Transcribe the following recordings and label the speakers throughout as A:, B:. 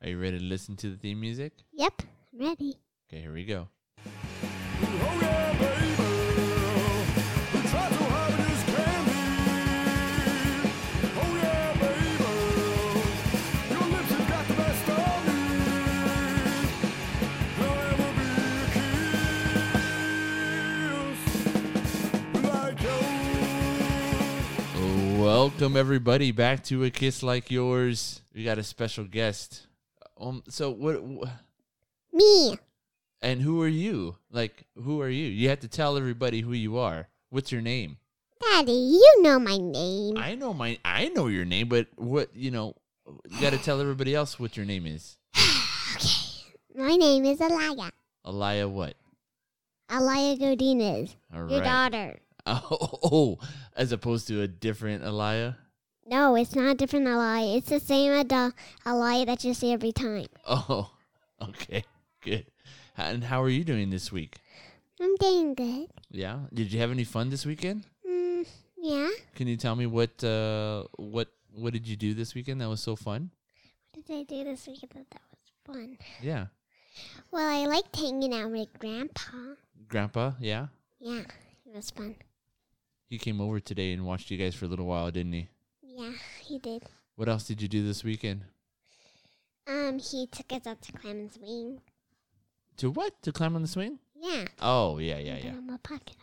A: Are you ready to listen to the theme music?
B: Yep, I'm ready.
A: Okay, here we go.
C: Oh yeah, baby. We tried so hard and this can be. Oh yeah, baby. Your lips have got the best of me. There'll ever be a kiss like yours.
A: Welcome everybody back to a kiss like yours. We got a special guest. Um, so what? wh-
B: Me.
A: And who are you? Like, who are you? You have to tell everybody who you are. What's your name?
B: Daddy, you know my name.
A: I know my. I know your name, but what? You know, you got to tell everybody else what your name is.
B: My name is Alaya.
A: Elia what?
B: Alaya Godinez.
A: All
B: Your
A: right.
B: daughter.
A: Oh, oh, as opposed to a different Elia.
B: No, it's not a different Alaya. It's the same adult Alaya that you see every time.
A: Oh, okay, good. And how are you doing this week?
B: I'm doing good.
A: Yeah. Did you have any fun this weekend?
B: Mm, yeah.
A: Can you tell me what uh what what did you do this weekend that was so fun?
B: What did I do this weekend that that was fun?
A: Yeah.
B: Well, I liked hanging out with Grandpa.
A: Grandpa, yeah.
B: Yeah, it was fun.
A: He came over today and watched you guys for a little while, didn't he?
B: Yeah, he did.
A: What else did you do this weekend?
B: Um, he took us up to Clemens Wing.
A: To what? To climb on the swing?
B: Yeah.
A: Oh, yeah, yeah,
B: and
A: yeah.
B: put on my pocket.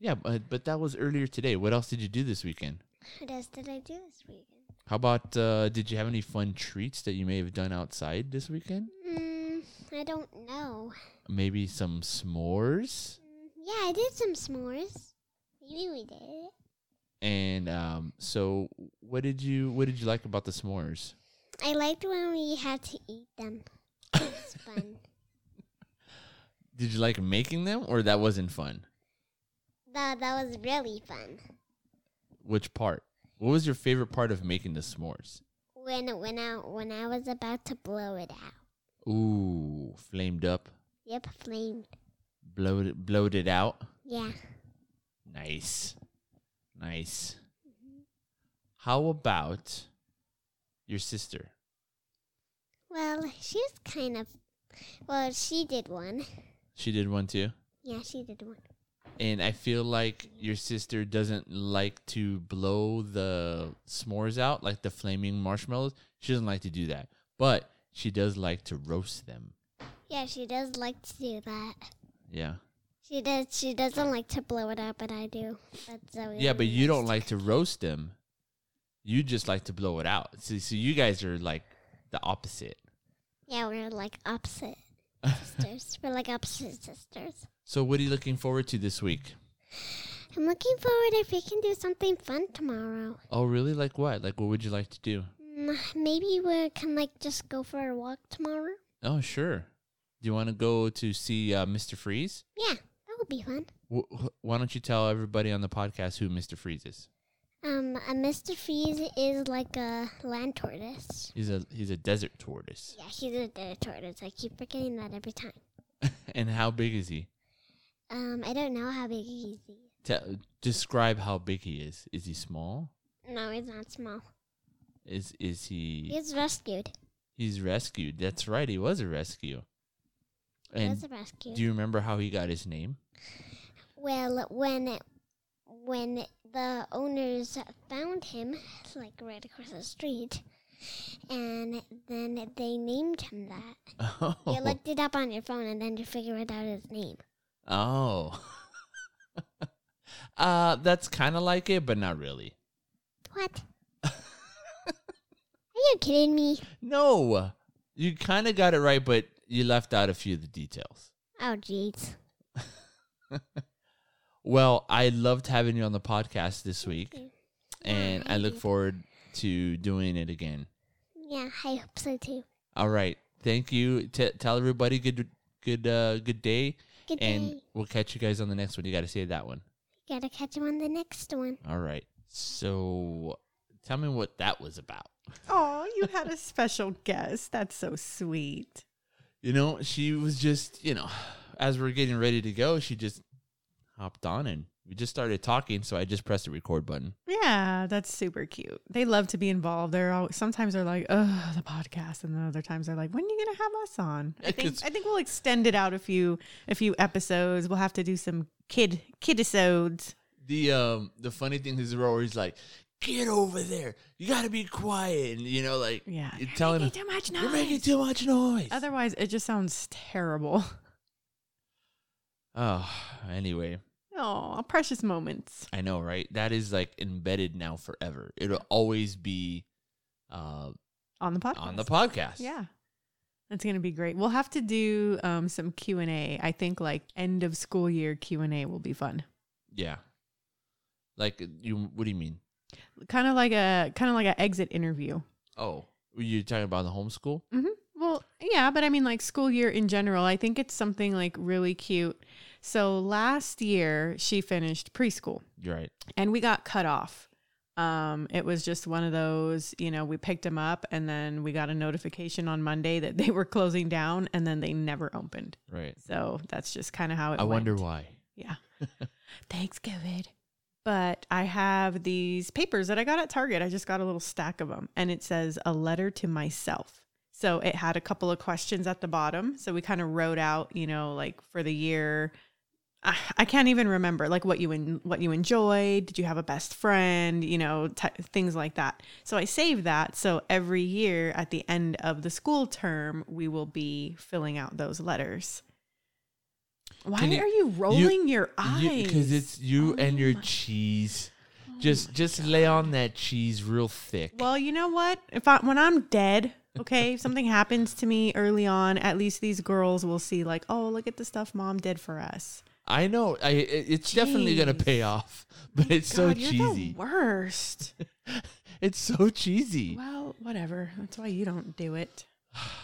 A: Yeah, but, but that was earlier today. What else did you do this weekend?
B: What else did I do this weekend?
A: How about uh did you have any fun treats that you may have done outside this weekend?
B: Mm, I don't know.
A: Maybe some s'mores
B: Mm, yeah, I did some s'mores. Maybe we did it.
A: and um so what did you what did you like about the s'mores?
B: I liked when we had to eat them. It was fun.
A: Did you like making them or that wasn't fun?
B: That, that was really fun.
A: Which part? What was your favorite part of making the s'mores?
B: When when I when I was about to blow it out.
A: Ooh, flamed up,
B: Yep, flamed.
A: bloated, bloated out.
B: Yeah.
A: Nice. Nice. How about your sister?
B: Well, she was kind of. Well, she did one.
A: She did one too.
B: Yeah, she did one.
A: And I feel like your sister doesn't like to blow the s'mores out, like the flaming marshmallows. She doesn't like to do that. But she does like to roast them.
B: Yeah, she does like to do that.
A: Yeah.
B: She does. She doesn't like to blow it up, but I do. But Zoe
A: Yeah, but
B: always
A: you don't
B: does.
A: like to roast them. You just like to blow it out. So, so you guys are like the opposite.
B: Yeah, we're like opposite sisters. we're like opposite sisters.
A: So what are you looking forward to this week?
B: I'm looking forward if we can do something fun tomorrow.
A: Oh, really? Like what? Like what would you like to do?
B: Mm, Maybe we can like just go for a walk tomorrow.
A: Oh, sure. Do you want to go to see uh, Mr. Freeze?
B: Yeah, that would be fun.
A: Wh- wh- why don't you tell everybody on the podcast who Mr. Freeze is?
B: Um, a Mr. Freeze is like a land tortoise.
A: He's a he's a desert tortoise.
B: Yeah, he's a dead tortoise. I keep forgetting that every time.
A: and how big is he?
B: Um, I don't know how big he is.
A: Te- describe how big he is. Is he small?
B: No, he's not small.
A: Is is he?
B: He was rescued.
A: He's rescued. That's right. He was a rescue.
B: He was
A: And
B: rescued.
A: do you remember how he got his name?
B: Well, when it, when the owners found him, like right across the street, and then they named him that.
A: Oh.
B: You looked it up on your phone, and then you figured out his name.
A: oh. uh, that's kind of like it, but not really.
B: What? Are you kidding me?
A: No. You kind of got it right, but you left out a few of the details.
B: Oh, jeez.
A: Well, I loved having you on the podcast this week,
B: you. Oh,
A: and I look forward to doing it again.
B: Yeah, I hope so too.
A: All right. Thank you. T- tell everybody good good uh good day
B: Good
A: and
B: day.
A: we'll catch you guys on the next one. You got to say that one.
B: Gotta catch him on the next one.
A: All right. So tell me what that was about.
D: Oh, you had a special guest. That's so sweet.
A: You know, she was just, you know, as we're getting ready to go, she just hopped on and We just started talking, so I just pressed the record button.
D: Yeah, that's super cute. They love to be involved. They're always, sometimes they're like, "Oh, the podcast," and then other times they're like, "When are you gonna have us on?"
A: Yeah,
D: I think
A: 'cause-
D: I think we'll extend it out a few a few episodes. We'll have to do some kid kidisodes.
A: The um the funny thing is we're always like, get over there. You gotta be quiet. And you know, like
D: Yeah,
A: you're telling them,
D: making too much
A: You're making
D: noise.
A: too much noise.
D: Otherwise, it just sounds terrible.
A: oh, anyway.
D: Oh, precious moments.
A: I know, right? That is like embedded now forever. It'll always be uh
D: on the podcast.
A: on the podcast.
D: Yeah. That's going to be great. We'll have to do um, some Q&A. I think like end of school year Q&A will be fun.
A: Yeah. Like you what do you mean?
D: Kind of like a kind of like an exit interview.
A: Oh, you're talking about the homeschool?
D: Well, yeah, but I mean like school year in general. I think it's something like really cute. So last year she finished preschool.
A: You're right.
D: and we got cut off. Um, it was just one of those, you know, we picked them up and then we got a notification on Monday that they were closing down and then they never opened.
A: Right.
D: So that's just kind of how it
A: I wonder
D: went.
A: why.
D: Yeah. Thanks, COVID. But I have these papers that I got at Target. I just got a little stack of them and it says a letter to myself. So it had a couple of questions at the bottom. So we kind of wrote out, you know, like for the year. I, I can't even remember like what you en- what you enjoyed. Did you have a best friend? You know, t- things like that. So I saved that. So every year at the end of the school term, we will be filling out those letters. Why
A: Can you-
D: are you rolling your eyes?
A: Because it's you
D: Oh
A: and your
D: my- Oh
A: cheese. Just just lay on that cheese real thick.
D: Well, you know what? If I when I'm dead, okay, if something happens to me early on, at least these girls will see like, oh, look at the stuff mom did for us.
A: I know. I it- it's definitely gonna
D: Jeez.
A: pay off, but it's so
D: God, You're the
A: cheesy.
D: worst.
A: It's so cheesy.
D: well, whatever. That's why you don't do it.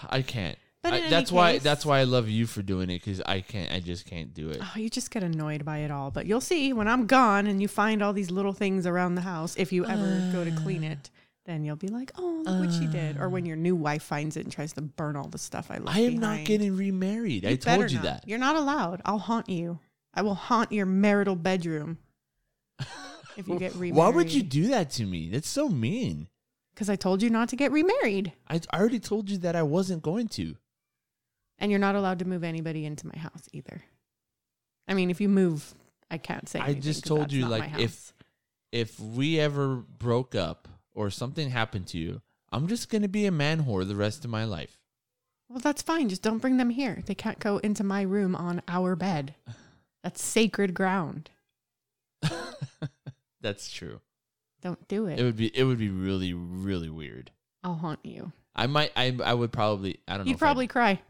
A: I can't.
D: But
A: I-
D: in any
A: that's why
D: case-
A: that's why I love you for doing it because I can't. I just can't do it.
D: Oh, you just get annoyed by it all. But you'll see when I'm gone and you find all these little things around the house, if you ever go to clean it,
A: Uh.
D: then you'll be like, oh, look what she did. Or when your new wife finds it and tries to burn all the stuff I left
A: I am
D: behind.
A: not getting remarried. I
D: Better
A: told you
D: not.
A: that.
D: You're not allowed. I'll haunt you. I will haunt your marital bedroom if you get remarried.
A: Why would you do that to me? That's so mean.
D: Because I told you not to get remarried,
A: I I already told you that I wasn't going to.
D: and you're not allowed to move anybody into my house either. I mean, if you move, I can't say.
A: I
D: anything
A: just
D: 'cause
A: told
D: that's
A: you,
D: not my
A: like, if-
D: house.
A: If we ever broke up or something happened to you, I'm just gonna be a man whore the rest of my life.
D: Well, that's fine. Just don't bring them here. They can't go into my room on our bed. That's sacred ground.
A: That's true.
D: Don't do it.
A: It would be it would be really really weird.
D: I'll haunt you.
A: I might I I would probably I don't know.
D: You'd
A: if I'd
D: probably cry.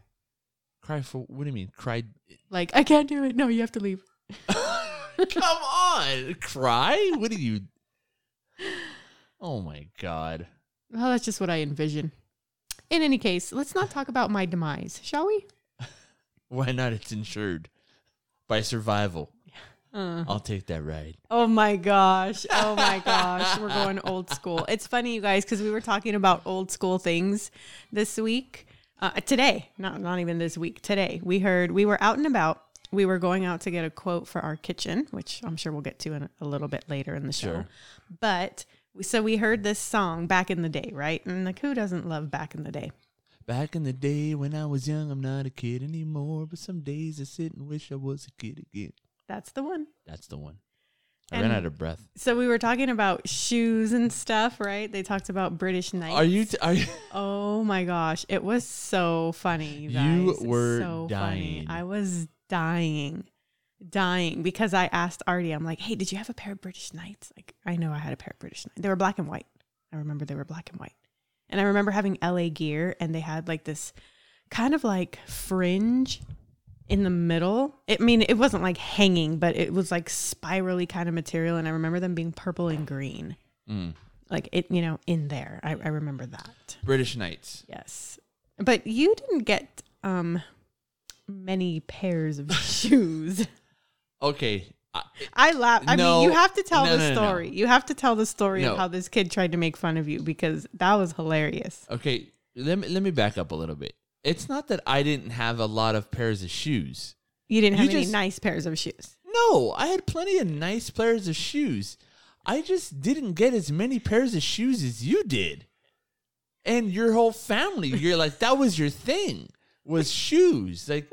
A: cry for what do you mean? Cry
D: Like, I can't do it. No, you have to leave.
A: Come on, cry? What are you? Oh my god!
D: Well, that's just what I envision. In any case, let's not talk about my demise, shall we?
A: Why not? It's insured by survival.
D: Uh.
A: I'll take that ride.
D: Oh my gosh. Oh my gosh. We're going old school. It's funny, you guys, because we were talking about old school things this week. Uh, today, not, not even this week, today, we heard we were out and about. We were going out to get a quote for our kitchen, which I'm sure we'll get to in a little bit later in the show.
A: Sure.
D: But so we heard this song back in the day, right? And like, who doesn't love back in the day?
A: Back in the day when I was young, I'm not a kid anymore. But some days I sit and wish I was a kid again.
D: That's the one.
A: That's the one. I ran
D: And-
A: out of breath.
D: So we were talking about shoes and stuff, right? They talked about British Knights.
A: Are you? T- are you?
D: oh my gosh, it was so funny, you guys.
A: You were
D: so
A: dying.
D: Funny. I was dying, dying because I asked Artie. I'm like, "Hey, did you have a pair of British Knights?" Like, I know I had a pair of British Knights. They were black and white. I remember they were black and white, and I remember having LA gear, and they had like this kind of like fringe in the middle. I mean, it wasn't like hanging, but it was like spirally kind of material. And I remember them being purple and green.
A: Mm.
D: Like it, you know, in there. I, I remember that.
A: British Knights.
D: Yes. But you didn't get um many pairs of shoes.
A: Okay. I,
D: I laugh. I
A: No.
D: mean, you have to tell
A: No, no, no,
D: the
A: no.
D: story. You have to tell the story
A: No.
D: of how this kid tried to make fun of you because that was hilarious.
A: okay. Let me let me back up a little bit. It's not that I didn't have a lot of pairs of shoes.
D: You didn't have
A: You
D: any
A: just-
D: nice pairs of shoes.
A: No, I had plenty of nice pairs of shoes. I just didn't get as many pairs of shoes as you did. And your whole family, you're like that was your thing was shoes. Like,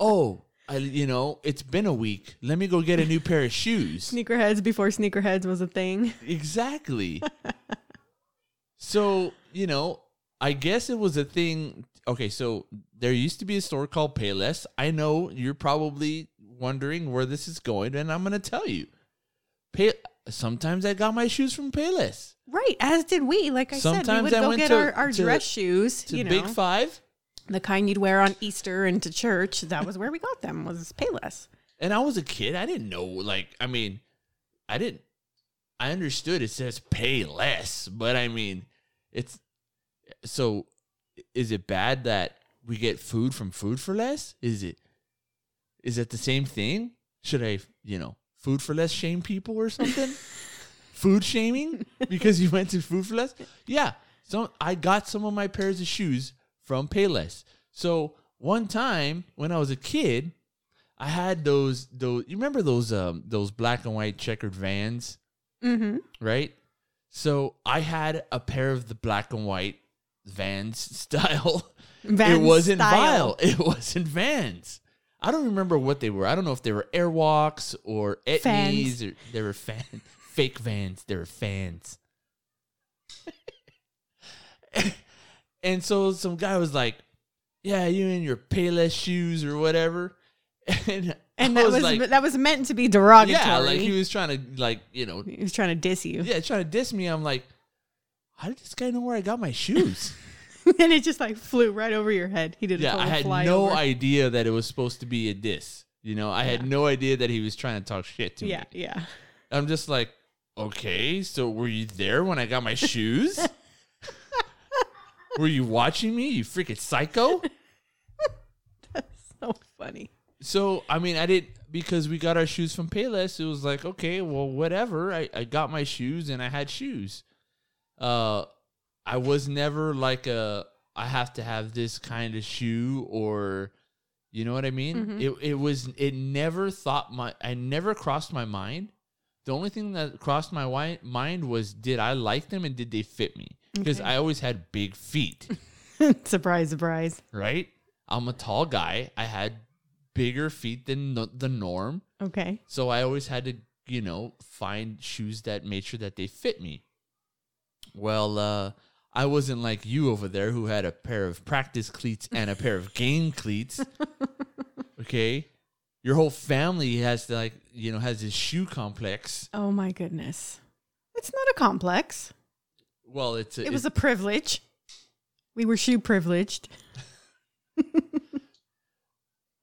A: oh, I you know, it's been a week. Let me go get a new pair of shoes.
D: Sneakerheads before sneakerheads was a thing.
A: Exactly. so, you know, I guess it was a thing. Okay, so there used to be a store called Payless. I know you're probably wondering where this is going, and I'm going to tell you. Pay. Sometimes I got my shoes from Payless.
D: Right, as did we. Like I said, we
A: Sometimes
D: would
A: I
D: go
A: went
D: get
A: to-
D: our, our
A: to-
D: dress shoes,
A: To
D: you know,
A: Big Five,
D: the kind you'd wear on Easter and to church. That was where we got them. Was Payless.
A: and I was a kid. I didn't know. Like, I mean, I didn't. I understood it says pay less, but I mean, it's so. Is it bad that we get food from food for less? Is it? Is it the same thing? Should I, you know, food for less shame people or something? food shaming because you went to food for less? Yeah. So I got some of my pairs of shoes from Payless. So one time when I was a kid, I had those those you remember those um those black and white checkered vans,
D: Mm-hmm.
A: right? So I had a pair of the black and white Vans style.
D: Vans
A: it wasn't
D: style.
A: vile. It wasn't Vans. I don't remember what they were. I don't know if they were Airwalks or Etnies
D: Fans.
A: or they were fan fake Vans. They were fans. and so some guy was like, "Yeah, you in your Payless shoes or whatever," and
D: And
A: I
D: that was, that was meant to be derogatory.
A: yeah, like he was trying to like you know
D: he was trying to diss you,
A: yeah trying to diss me. I'm like, how did this guy know where I got my shoes?
D: and it just like flew right over your head. He did a
A: yeah, I
D: total
A: had
D: flyover.
A: no idea that it was supposed to be a diss. You know, I had no idea that he was trying to talk shit to
D: Yeah,
A: me.
D: yeah.
A: I'm just like, okay, so were you there when I got my shoes? were you watching me? You freaking psycho.
D: So funny.
A: So I mean, I didn't because we got our shoes from Payless. It was like, okay, well, whatever. I, I got my shoes and I had shoes. Uh, I was never like a I have to have this kind of shoe or, you know what I mean.
D: Mhm.
A: It it was it never thought my I never crossed my mind. The only thing that crossed my wi- mind was did I like them and did they fit me? Because
D: Okay.
A: I always had big feet
D: surprise, surprise.
A: right? I'm a tall guy. I had bigger feet than no- the norm.
D: Okay.
A: So I always had to, you know, find shoes that made sure that they fit me. Well, uh, I wasn't like you over there who had a pair of practice cleats and a pair of game cleats. Okay. Your whole family has like, you know, has this shoe complex.
D: Oh my goodness. It's not a complex.
A: Well, it's a,
D: It was
A: it's-
D: a privilege. We were shoe privileged.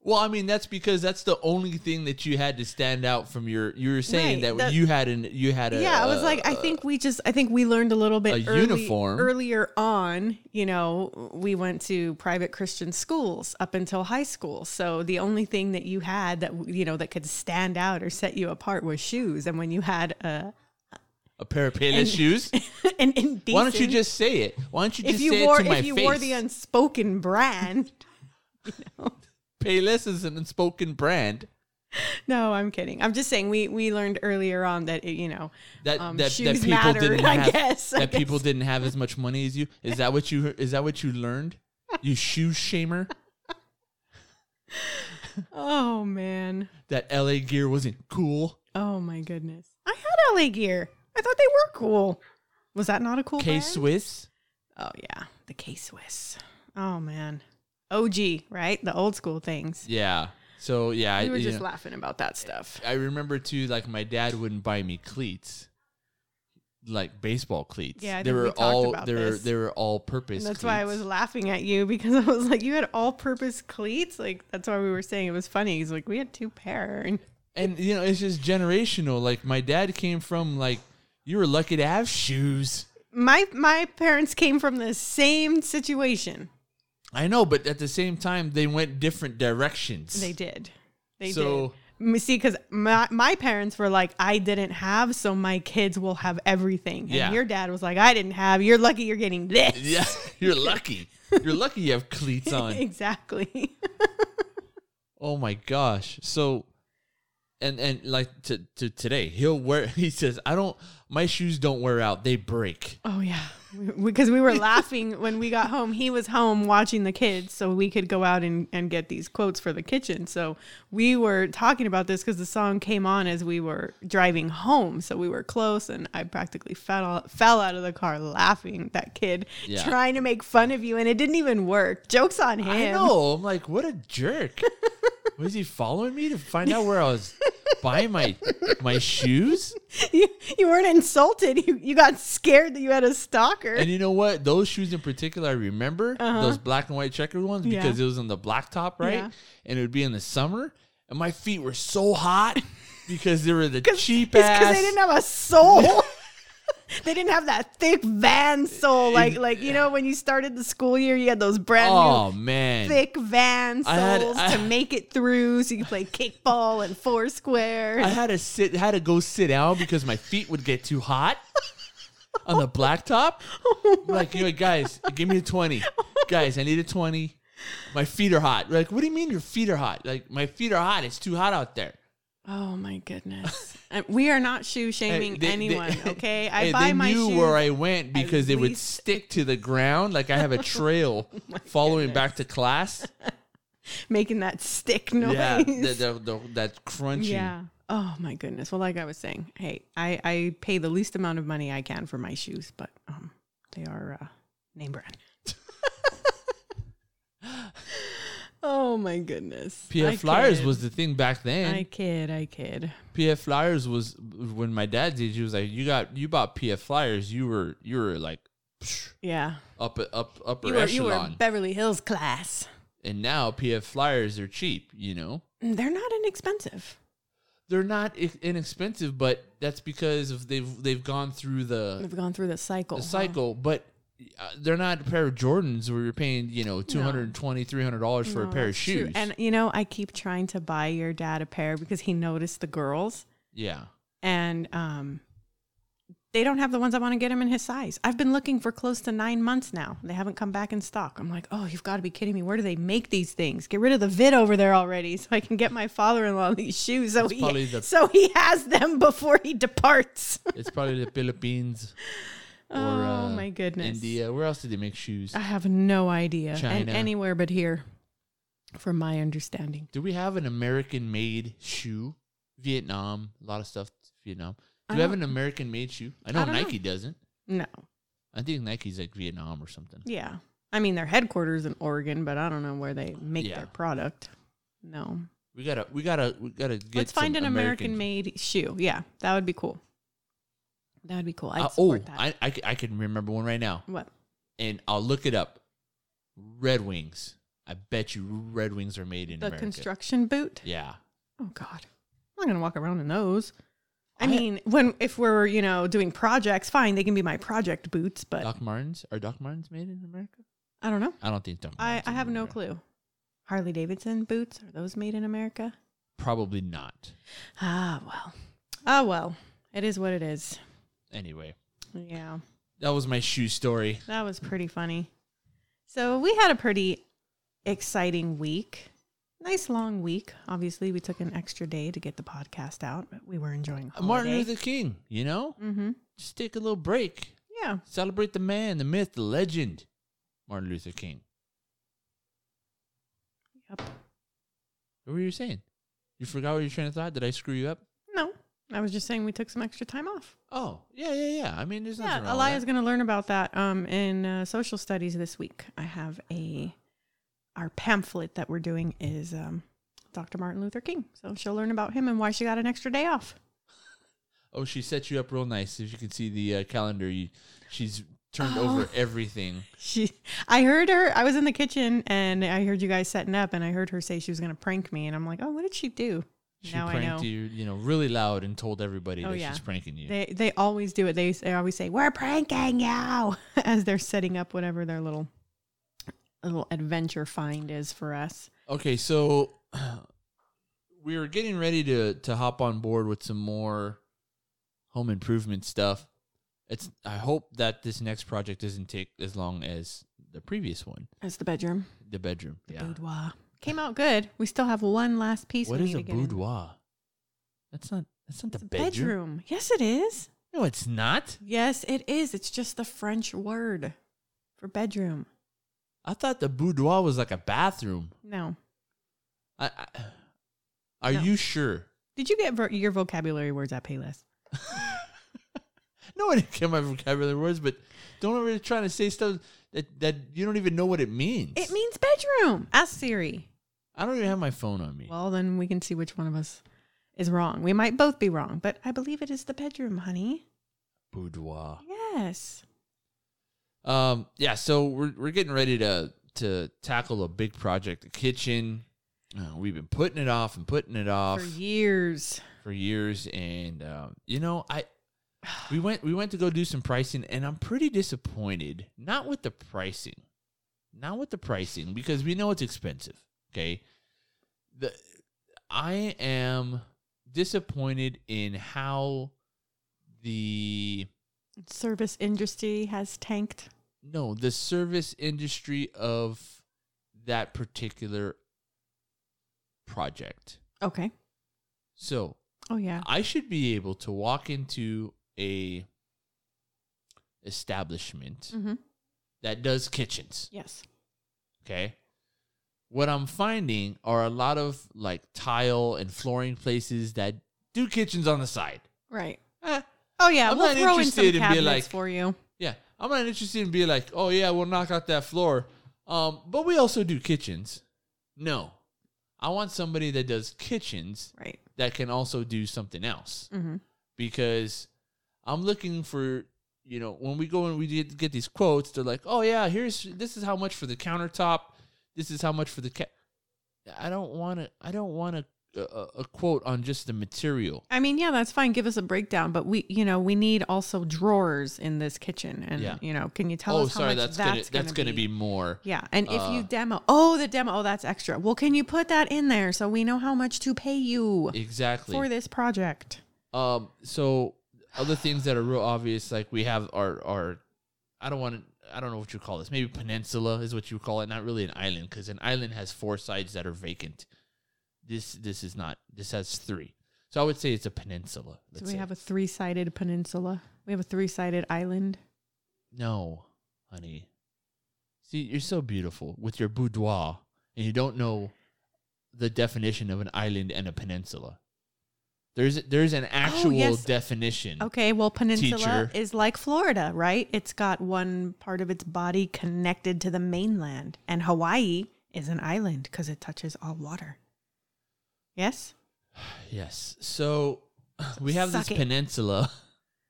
A: well, I mean, that's because that's the only thing that you had to stand out from your, you were saying
D: Right,
A: that,
D: that-
A: you had an, you had a,
D: yeah, I was
A: uh,
D: like, I think we just, I think we learned a little bit
A: a
D: early-
A: uniform.
D: earlier on. You know, we went to private Christian schools up until high school, so the only thing that you had that you know that could stand out or set you apart was shoes. And when you had a
A: a pair of Payless shoes.
D: an indecent,
A: Why don't you just say it? Why don't you just
D: if you
A: say
D: wore
A: it to my
D: if you
A: face?
D: wore the unspoken brand?
A: Payless is an unspoken brand
D: No, I'm kidding. I'm just saying we we learned earlier on that it, you know
A: that
D: Um,
A: that, that
D: shoes
A: people
D: matter,
A: didn't
D: I
A: have.
D: guess, I
A: that people
D: guess.
A: didn't have as much money as you. Is that what you is that what you learned? You shoe shamer.
D: Oh man.
A: That LA gear wasn't cool.
D: Oh my goodness. I had LA gear. I thought they were cool. Was that not a cool
A: K
D: brand?
A: Swiss.
D: Oh yeah, the K Swiss. Oh man. OG, right? The old school things.
A: Yeah. So yeah, I,
D: we were
A: you
D: just
A: know,
D: laughing about that stuff.
A: I remember too. Like my dad wouldn't buy me cleats, like baseball cleats.
D: Yeah, I
A: they
D: think we
A: were
D: talked
A: all
D: about
A: they were
D: this.
A: they were all purpose.
D: And that's why I was laughing at you because I was like, you had all purpose cleats? Like that's why we were saying it was funny. He's like, we had two pair and
A: and you know it's just generational like my dad came from like you were lucky to have shoes
D: my my parents came from the same situation.
A: i know but at the same time they went different directions
D: They did. They
A: so
D: did. M- See, because my, my parents were like, I didn't have, so my kids will have everything. And
A: Yeah.
D: your dad was like, I didn't have. You're lucky you're getting this.
A: yeah you're lucky you're lucky you have cleats on
D: exactly.
A: oh my gosh so and and like to to today, he'll wear. He says, "I don't. My shoes don't wear out. They break."
D: Oh yeah, because we were laughing when we got home. He was home watching the kids, so we could go out and, and get these quotes for the kitchen. So we were talking about this because the song came on as we were driving home, so we were close, and I practically fell fell out of the car laughing. That kid
A: Yeah.
D: trying to make fun of you, and it didn't even work. Jokes on him.
A: I know. I'm like, what a jerk. Was he following me to find out where I was buying my my shoes?
D: You, you weren't insulted. You you got scared that you had a stalker.
A: And you know what? Those shoes in particular, I remember those black and white checkered ones
D: Uh-huh. Yeah.
A: because it was on the black top, right?
D: Yeah.
A: And it would be in the summer, and my feet were so hot because they were the cheap
D: It's because
A: ass.
D: they didn't have a soul. they didn't have that thick van soul, like like you know when you started the school year, you had those brand
A: oh
D: new
A: man!
D: thick van
A: I had-
D: souls
A: I-
D: to make it through, so you could play kickball and foursquare.
A: I had to sit, had to go sit down because my feet would get too hot on the black top.
D: Oh
A: like, you know, guys, give me a twenty. Guys, I need a twenty. My feet are hot. Like, what do you mean your feet are hot? Like, my feet are hot. It's too hot out there.
D: oh my goodness, Uh, we are not shoe shaming
A: Hey, they- they-
D: anyone. okay, I
A: hey,
D: buy
A: they
D: my
A: knew
D: shoes.
A: where I went because they would
D: least- Oh
A: stick to the ground. Like I have a trail following back to class.
D: making that stick noise.
A: Yeah, the, the, the, that crunching.
D: Yeah. Oh my goodness. Well, like I was saying, hey, I, I pay the least amount of money I can for my shoes, but um, they are uh, name brand. oh my goodness. I
A: PF Flyers
D: kid.
A: was the thing back then.
D: I kid. I kid.
A: PF Flyers was when my dad did. He was like, "You got you bought PF Flyers. You were you were like psh,
D: Yeah.
A: up up upper
D: You were, you were
A: echelon."
D: Beverly Hills class.
A: and now PF Flyers are cheap. You know,
D: Mm, They're not inexpensive.
A: they're not i- inexpensive, but that's because of they've they've gone through the
D: We've gone through the cycle.
A: the
D: huh?
A: cycle, but. Uh, they're not a pair of Jordans where you're paying, you know, two hundred and twenty, three hundred dollars for a
D: No,
A: pair of
D: Oh, that's true.
A: shoes.
D: And you know, I keep trying to buy your dad a pair because he noticed the girls.
A: yeah,
D: and um, they don't have the ones I want to get him in his size. I've been looking for close to nine months now. They haven't come back in stock. I'm like, oh, you've got to be kidding me. Where do they make these things? Get rid of the vid over there already, so I can get my father-in-law these shoes. So
A: That's probably
D: he,
A: the-
D: so he has them before he departs.
A: it's probably the Philippines or
D: oh
A: uh,
D: my goodness, Uh-huh.
A: India. Where else did they make shoes?
D: I have no idea. And
A: China.
D: anywhere but here, from my understanding.
A: Do we have an American made shoe? Vietnam, a lot of stuff. Vietnam. Do
D: I
A: we have
D: don't-
A: an American made shoe? I know
D: don't know.
A: Nike doesn't.
D: No,
A: I think Nike's like Vietnam or something.
D: yeah. I mean, their headquarters in Oregon, but I don't know where they make
A: Yeah.
D: their product. No,
A: We gotta, we gotta, we gotta get.
D: Let's find
A: some
D: an American made shoe. Yeah, that would be cool. That would be cool. I'd
A: Uh, oh,
D: support that.
A: I, I, c- I can remember one right now,
D: what?
A: and I'll look it up. Red Wings. I bet you Red Wings are made in
D: The
A: America.
D: construction boot?
A: Yeah.
D: Oh God, I'm not gonna walk around in those. I,
A: I-
D: mean, when if we're you know doing projects, fine, they can be my project boots, but
A: Doc Martens are Doc Martens made in America?
D: I don't know.
A: I don't think Doc.
D: I
A: Martens
D: I
A: are
D: have
A: made in
D: no
A: America.
D: clue. Harley Davidson boots are those made in America?
A: Probably not.
D: Ah well, ah well, it is what it is.
A: Anyway,
D: Yeah.
A: that was my shoe story.
D: That was pretty funny. So we had a pretty exciting week. Nice long week. Obviously, we took an extra day to get the podcast out, but we were enjoying
A: Uh, Martin
D: holiday.
A: Luther King. You know,
D: mm-hmm.
A: just take a little break.
D: Yeah.
A: Celebrate the man, the myth, the legend, Martin Luther King.
D: Yep.
A: What were you saying? You forgot what you were trying to thought? Did I screw you up?
D: No, I was just saying we took some extra time off.
A: Oh, yeah, yeah, yeah. I mean, there's nothing
D: Yeah,
A: wrong
D: Elia's
A: with
D: going to learn about that um, in uh, social studies this week. I have a our pamphlet that we're doing is um, Dr. Martin Luther King, so she'll learn about him and why she got an extra day off.
A: that. Oh, she set you up real nice. If you can see the uh, calendar, you, she's turned
D: Oh.
A: over everything.
D: She, I heard her. I was in the kitchen and I heard you guys setting up, and I heard her say she was going to prank me, and I'm like, oh, what did she do?
A: She
D: now I
A: pranked
D: know.
A: you, you know, really loud and told everybody
D: Oh,
A: that
D: yeah.
A: she's pranking you.
D: They they always do it. They they always say we're pranking you as they're setting up whatever their little little adventure find is for us.
A: Okay, so we were getting ready to to hop on board with some more home improvement stuff. It's I hope that this next project doesn't take as long as the previous one,
D: That's the bedroom,
A: the bedroom.
D: the boudoir. Came out good. We still have one last piece.
A: What
D: we
A: is
D: need
A: a
D: to get in.
A: boudoir? That's not. That's not the
D: It's a
A: bedroom.
D: bedroom. Yes, it is.
A: No, it's not.
D: Yes, it is. It's just the French word for bedroom.
A: I thought the boudoir was like a bathroom.
D: No.
A: I. I are
D: No.
A: you sure?
D: Did you get vo- your vocabulary words at Payless?
A: No, I didn't get my vocabulary words, but don't ever try to say stuff that, that you don't even know what it means.
D: It means bedroom. Ask Siri.
A: I don't even have my phone on me.
D: Well, then we can see which one of us is wrong. We might both be wrong, but I believe it is the bedroom, honey.
A: boudoir.
D: Yes.
A: Um, yeah, so we're we're getting ready to to tackle a big project, the kitchen. Uh, we've been putting it off and putting it off
D: For years.
A: for years, and um, you know, I we went we went to go do some pricing, and I'm pretty disappointed. Not with the pricing, not with the pricing, because we know it's expensive. Okay, the I am disappointed in how the
D: Service industry has tanked.
A: no the service industry of that particular project
D: Okay.
A: so
D: Oh, yeah.
A: i should be able to walk into a establishment
D: Mm-hmm.
A: that does kitchens
D: Yes.
A: okay what i'm finding are a lot of like tile and flooring places that do kitchens on the side
D: Right.
A: Eh,
D: Oh, yeah.
A: I'm
D: we'll
A: not
D: throw in
A: interested
D: some
A: in being
D: cabinets
A: like-
D: for you.
A: yeah i'm not interested in being like oh yeah we'll knock out that floor um but we also do kitchens no i want somebody that does kitchens
D: Right.
A: that can also do something else
D: Mm-hmm.
A: because i'm looking for you know when we go and we get, get these quotes they're like oh yeah here's this is how much for the countertop this is how much for the ca-. i don't want to i don't want a, a a quote on just the material
D: I mean, yeah, that's fine. Give us a breakdown, but we, you know, we need also drawers in this kitchen, and
A: Yeah.
D: you know, can you tell
A: oh
D: us how
A: sorry
D: much
A: that's,
D: that's
A: gonna that's gonna be, more
D: Yeah, and if
A: Uh,
D: you demo, oh, the demo, oh, that's extra. Well, can you put that in there so we know how much to pay you
A: exactly
D: for this project?
A: Um. So other things that are real obvious, like we have our our, I don't want to. I don't know what you call this. Maybe peninsula is what you call it. Not really an island, because an island has four sides that are vacant. This this is not. This has three. So I would say it's a peninsula.
D: So we have a three-sided peninsula. We have a three-sided island.
A: no, honey. See, you're so beautiful with your boudoir, and you don't know the definition of an island and a peninsula. There's there's an actual
D: Oh, yes.
A: definition.
D: Okay, well, peninsula
A: Teacher.
D: is like Florida, right? It's got one part of its body connected to the mainland, and Hawaii is an island because it touches all water. Yes.
A: Yes. So we have
D: Suck
A: this
D: it.
A: peninsula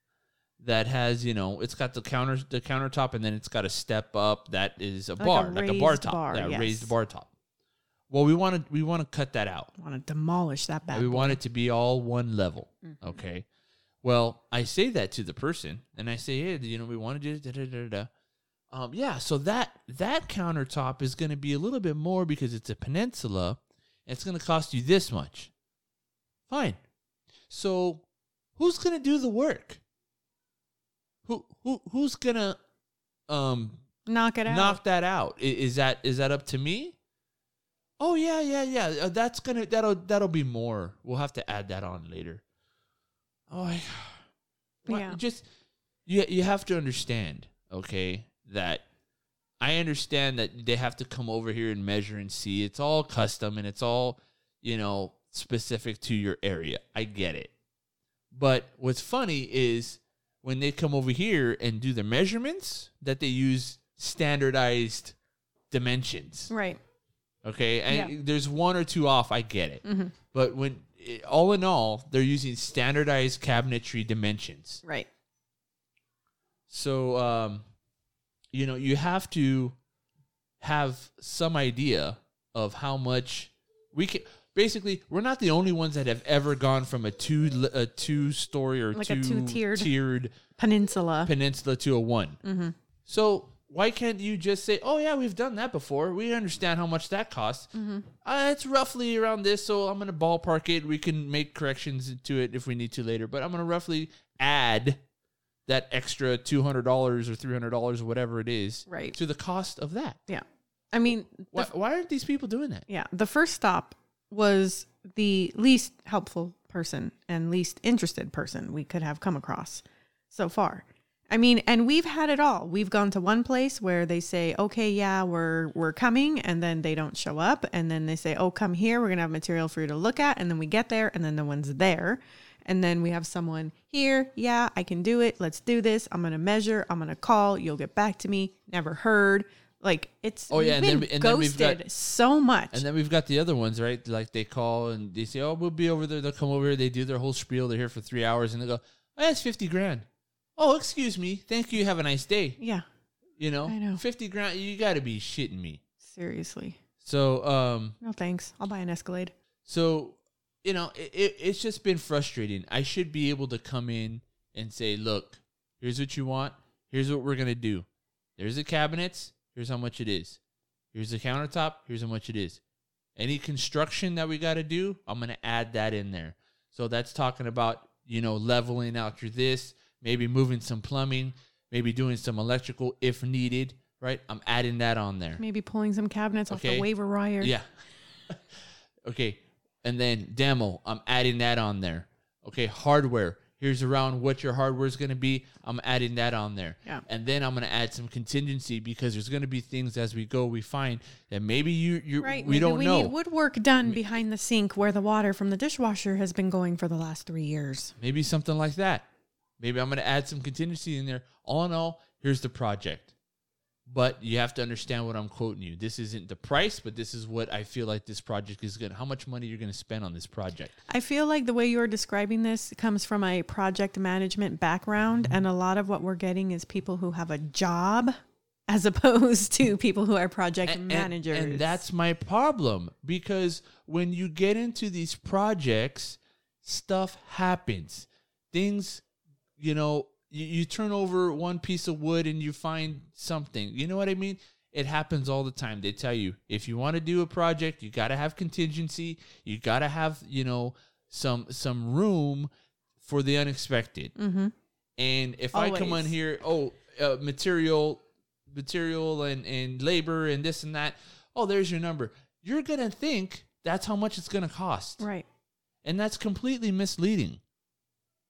A: that has, you know, it's got the counter the countertop and then it's got a step up that is a
D: a
A: bar, like a bar
D: raised
A: top.
D: bar,
A: yeah, raised
D: yes.
A: bar top. Well, we want to we want to cut that out.
D: want to demolish that bad
A: we
D: boy.
A: want it to be all one level. Okay. Well, I say that to the person and I say, "Hey, you know, we want to do da, da, da, da, da." Um, yeah, so that that countertop is going to be a little bit more because it's a peninsula. And it's going to cost you this much. Fine. So, who's going to do the work? Who who who's going to um
D: knock it out.
A: knock that out. I- Is that is that up to me? Oh yeah, yeah, yeah. Uh, That's gonna that'll that'll be more. We'll have to add that on later. Oh, I, Why-
D: Yeah.
A: Just you you have to understand, okay, that I understand that they have to come over here and measure and see. It's all custom and it's all you know specific to your area. I get it. But what's funny is when they come over here and do the measurements that they use standardized dimensions.
D: right.
A: Okay, and
D: Yeah.
A: there's one or two off. I get it,
D: Mhm.
A: but when it, all in all, they're using standardized cabinetry dimensions.
D: Right.
A: So, um, you know, you have to have some idea of how much we can. Basically, we're not the only ones that have ever gone from a two le- a two story or
D: Like a
A: two
D: two-tiered.
A: tiered
D: Peninsula.
A: peninsula to a one.
D: Mhm.
A: So why can't you just say, "Oh yeah, we've done that before. We understand how much that costs.
D: Mm-hmm.
A: Uh, it's roughly around this, so I'm gonna ballpark it. We can make corrections to it if we need to later, but I'm gonna roughly add that extra two hundred dollars or three hundred dollars or whatever it is
D: Right.
A: to the cost of that.
D: yeah. I mean, the
A: Why, why aren't these people doing that?
D: Yeah, the first stop was the least helpful person and least interested person we could have come across so far. I mean, and we've had it all. We've gone to one place where they say, "Okay, yeah, we're we're coming," and then they don't show up, and then they say, "Oh, come here. We're going to have material for you to look at." And then we get there, and then no one's there. And then we have someone here, "Yeah, I can do it. Let's do this. I'm going to measure. I'm going to call. You'll get back to me." Never heard. Like it's
A: Oh, yeah,
D: we've
A: and then
D: been
A: we- and then we've
D: ghosted
A: got-
D: so much.
A: And then we've got the other ones, right? Like they call and they say, "Oh, we'll be over there." They'll come over. here. They do their whole spiel. They're here for three hours, and they go, oh, "That's fifty grand." Oh, excuse me. Thank you. Have a nice day.
D: yeah,
A: You know,
D: I know.
A: fifty grand. You got to be shitting me.
D: seriously.
A: So, um,
D: No thanks. I'll buy an Escalade.
A: so you know, it, it, it's just been frustrating. I should be able to come in and say, "Look, here's what you want. Here's what we're gonna do. There's the cabinets. Here's how much it is. Here's the countertop. Here's how much it is. Any construction that we got to do, I'm going to add that in there. So that's talking about, you know, leveling out your this, maybe moving some plumbing, maybe doing some electrical if needed, right? I'm adding that on there.
D: Maybe pulling some cabinets off
A: Okay.
D: the waiver wire.
A: Yeah. okay. And then demo, I'm adding that on there. Okay, hardware. Here's around what your hardware is going to be. I'm adding that on there.
D: Yeah.
A: And then I'm going to add some contingency because there's going to be things as we go we find that maybe you you
D: Right.
A: we
D: maybe
A: don't
D: we
A: know.
D: need woodwork done behind the sink where the water from the dishwasher has been going for the last three years.
A: Maybe something like that. Maybe I'm going to add some contingency in there. All in all, here's the project. But you have to understand what I'm quoting you. This isn't the price, but this is what I feel like this project is going to, how much money you're going to spend on this project.
D: I feel like the way you're describing this comes from a project management background,
A: Mm-hmm.
D: and a lot of what we're getting is people who have a job as opposed to people who are project
A: And- and-
D: managers.
A: And, that's my problem because when you get into these projects, stuff happens. Things, you know, you, you turn over one piece of wood and you find something. You know what I mean? It happens all the time. They tell you if you want to do a project, you got to have contingency. You got to have, you know, some some room for the unexpected.
D: hmm
A: And if I come on
D: Always.
A: here, oh, uh, material, material, and and labor, and this and that. Oh, there's your number. You're gonna think that's how much it's gonna cost,
D: right.
A: and that's completely misleading.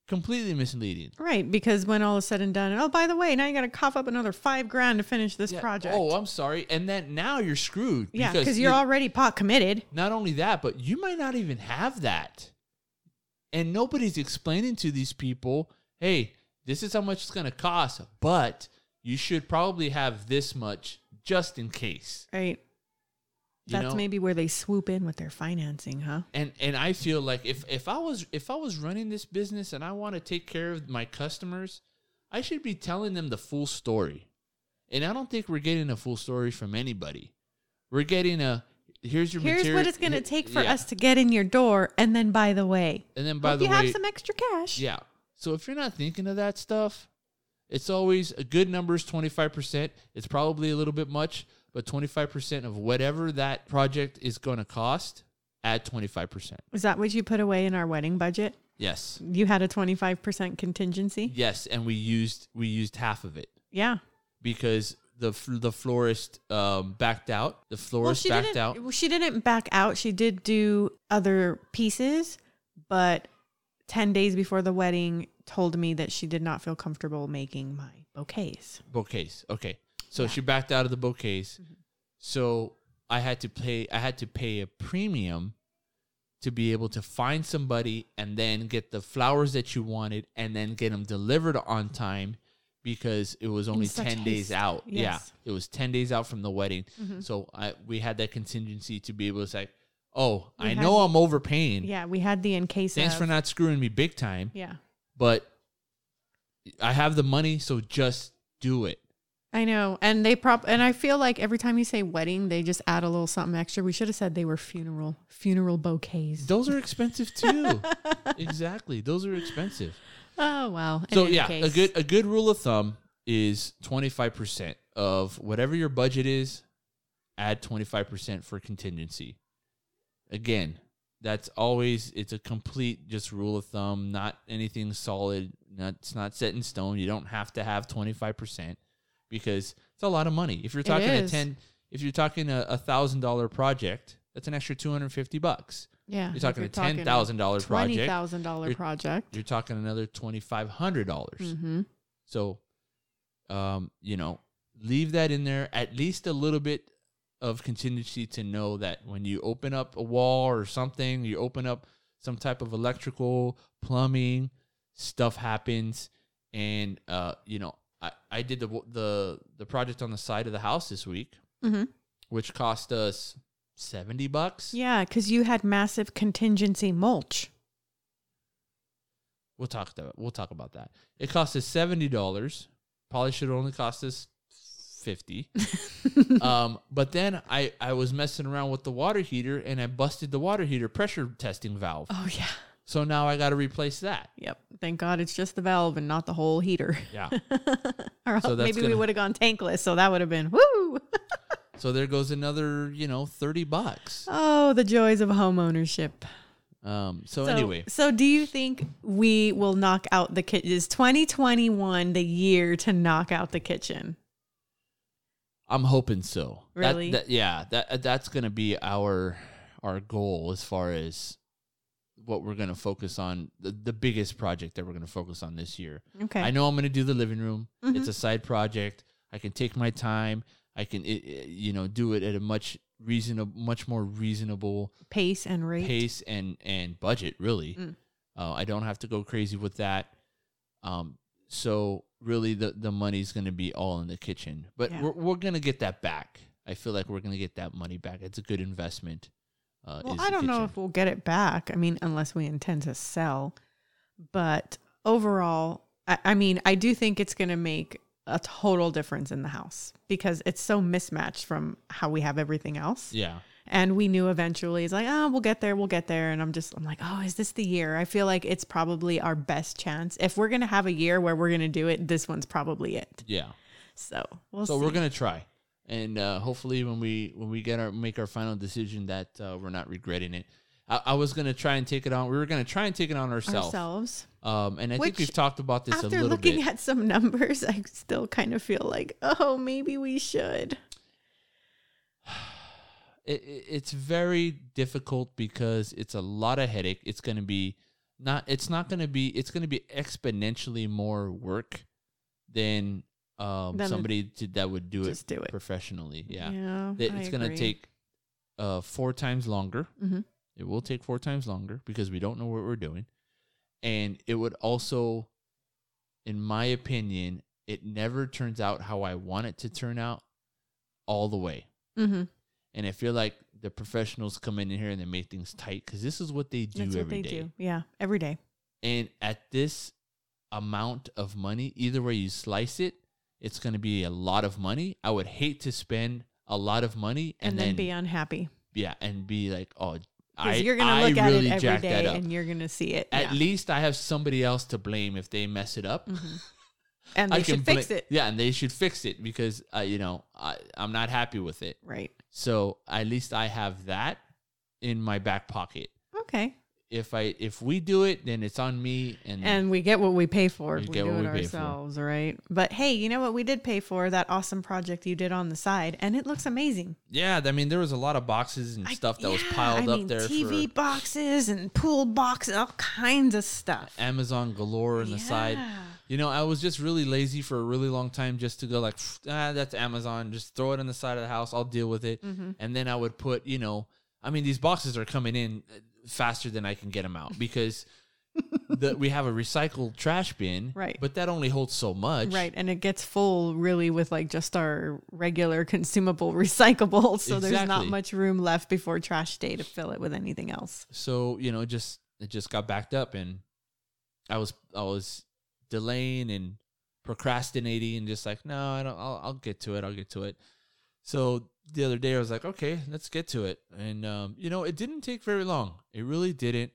A: Completely misleading.
D: Right. Because when all is said and done, and oh, by the way, now you got to cough up another five grand to finish this
A: Yeah,
D: project.
A: Oh, I'm sorry. And then now you're screwed.
D: yeah. Because you're
A: you-
D: already pot committed.
A: not only that, but you might not even have that. And nobody's explaining to these people, hey, this is how much it's going to cost, but you should probably have this much just in case.
D: Right.
A: You
D: That's
A: know?
D: maybe where they swoop in with their financing, huh?
A: And and I feel like if if I was if I was running this business and I want to take care of my customers, I should be telling them the full story. And I don't think we're getting a full story from anybody. We're getting a here's your
D: Here's
A: materi-
D: what it's going to take for
A: Yeah.
D: us to get in your door, and then by the way,
A: And then by
D: hope
A: the
D: you
A: way,
D: have some extra cash.
A: Yeah. So if you're not thinking of that stuff, it's always a good number is 25%. It's probably a little bit much, but 25% of whatever that project is going to cost, add 25%.
D: Is that what you put away in our wedding budget?
A: Yes.
D: You had a twenty five percent contingency.
A: Yes, and we used we used half of it
D: Yeah.
A: because the fl- the florist um backed out. The
D: Well,
A: florist
D: she
A: backed
D: didn't.
A: out.
D: well, She didn't back out. She did do other pieces, but ten days before the wedding, told me that she did not feel comfortable making my bouquets.
A: bouquets. Okay. So she backed out of the bouquets.
D: Mm-hmm.
A: So I had to pay I had to pay a premium to be able to find somebody and then get the flowers that you wanted and then get them delivered on time because it was only
D: such
A: 10 days
D: haste.
A: out.
D: Yes.
A: Yeah. It was 10 days out from the wedding.
D: Mhm.
A: So I we had that contingency to be able to say, "Oh,
D: We
A: I
D: had-
A: know I'm overpaying.
D: Yeah, we had the in case.
A: Thanks
D: of-
A: for not screwing me big time."
D: Yeah,
A: But I have the money, so just do it.
D: I know, and they prop, and I feel like every time you say wedding, they just add a little something extra. We should have said they were funeral, funeral bouquets.
A: Those are expensive too. exactly. Those are expensive.
D: Oh well. in
A: So
D: any
A: yeah, a
D: case.
A: good a good rule of thumb is 25% of whatever your budget is, add 25% for contingency. Again, that's always it's a complete just rule of thumb, not anything solid, not it's not set in stone. You don't have to have 25% because it's a lot of money. If you're
D: It
A: talking a
D: is.
A: 10 if you're talking a $1000 project, that's an extra 250 bucks.
D: Yeah.
A: You're
D: if
A: talking a ten thousand dollar
D: Twenty
A: project.
D: thousand dollar
A: You're-
D: project.
A: You're talking another twenty five hundred dollars.
D: Mm-hmm.
A: So, um, you know, leave that in there at least a little bit of contingency to know that when you open up a wall or something, you open up some type of electrical, plumbing, stuff happens, and uh, you know, I, I did the w- the the project on the side of the house this week,
D: Mhm.
A: which cost us seventy bucks.
D: Yeah, because you had massive contingency mulch.
A: We'll talk about we'll talk about that. It cost us seventy dollars. Probably should have only cost us fifty. um, but then I I was messing around with the water heater and I busted the water heater pressure testing valve.
D: Oh yeah.
A: So now I got to replace that.
D: Yep. Thank God it's just the valve and not the whole heater.
A: Yeah.
D: or else
A: So that's
D: maybe we
A: gonna-
D: would have gone tankless. So that would have been woo.
A: so there goes another you know thirty bucks.
D: Oh, the joys of home ownership.
A: Um. So, anyway,
D: so do you think we will knock out the kitchen? Is 2021 the year to knock out the kitchen?
A: I'm hoping so. That-
D: Really?
A: that- yeah. That that's gonna be our our goal as far as what we're gonna focus on the, the biggest project that we're gonna focus on this year.
D: Okay.
A: I know I'm going to do the living room.
D: Mhm.
A: It's a side project. I can take my time. I can, it, it- you know, do it at a much reasonable, much more reasonable
D: Pace and rate.
A: pace and and budget. Really,
D: Mm.
A: uh, I don't have to go crazy with that. Um, so really, the the money's going to be all in the kitchen, but
D: Yeah.
A: we're we're going to get that back. I feel like we're going to get that money back. It's a good investment. Uh,
D: Well,
A: is
D: I
A: the
D: don't know
A: kitchen.
D: if we'll get it back. I mean, unless we intend to sell. But overall, I, I mean, I do think it's going to make a total difference in the house because it's so mismatched from how we have everything else.
A: yeah,
D: And we knew eventually it's like, oh, we'll get there, we'll get there. And I'm just, I'm like, oh, is this the year? I feel like it's probably our best chance. If we're going to have a year where we're going to do it, this one's probably it.
A: yeah.
D: So we'll
A: so
D: see.
A: we're gonna try and uh, hopefully when we when we get our make our final decision that uh, we're not regretting it I, I was gonna try and take it on we were gonna try and take it on ourselves
D: ourselves.
A: um and i think
D: Which,
A: we've talked about this a
D: After
A: little
D: looking
A: bit
D: at some numbers, I still kind of feel like, oh, maybe we should.
A: it, it- it's very difficult because it's a lot of headache it's gonna be not it's not gonna be it's gonna be exponentially more work than um
D: Than-
A: somebody to, that would do it
D: Just do it.
A: professionally yeah,
D: yeah
A: That
D: I
A: it's gonna
D: agree.
A: take uh four times longer
D: Mhm.
A: It will take four times longer because we don't know what we're doing. And it would also, in my opinion, it never turns out how I want it to turn out all the way.
D: Mhm.
A: And I feel like the professionals come in here and they make things tight because this is what they do
D: That's what
A: every
D: they
A: day.
D: do. Yeah, every day.
A: And at this amount of money, either way you slice it, it's going to be a lot of money. I would hate to spend a lot of money
D: And,
A: and,
D: then,
A: then,
D: be unhappy.
A: yeah, and be like, oh, I,
D: Because you're going to
A: I
D: look at
A: really
D: it every
A: jacked that
D: day
A: up
D: and you're going to see it.
A: at
D: yeah.
A: least I have somebody else to blame if they mess it up.
D: Mhm. And
A: I
D: they should
A: blame-
D: fix it.
A: Yeah, and they should fix it because uh, you know I, I'm not happy with it.
D: Right.
A: So at least I have that in my back pocket.
D: Okay.
A: If I if we do it, then it's on me. And,
D: And we get what we pay for.
A: We
D: if We,
A: Mm. get
D: do
A: what
D: it
A: we pay for.
D: ourselves, right? But hey, you know what? We did pay for that awesome project you did on the side, and it looks amazing.
A: yeah, I mean there was a lot of boxes and
D: I-
A: stuff that was
D: yeah,
A: piled
D: I
A: up
D: mean,
A: there
D: TV
A: for
D: boxes and pool boxes, all kinds of stuff.
A: Amazon galore on the side.
D: Yeah.
A: You know, I was just really lazy for a really long time just to go like, ah, that's Amazon. Just throw it on the side of the house. I'll deal with it.
D: Mm-hmm.
A: And then I would put, you know, I mean, these boxes are coming in uh, faster than I can get them out because the, we have a recycled trash bin,
D: Right.
A: But that only holds so much,
D: Right, and it gets full really with like just our regular consumable recyclables, so there's not
A: Exactly.
D: much room left before trash day to fill it with anything else.
A: So you know, just it just got backed up, and I was I was delaying and procrastinating, and just like, no, I don't. I'll, I'll get to it. I'll get to it. So the other day, I was like, okay, let's get to it, and um, you know, it didn't take very long. It really didn't.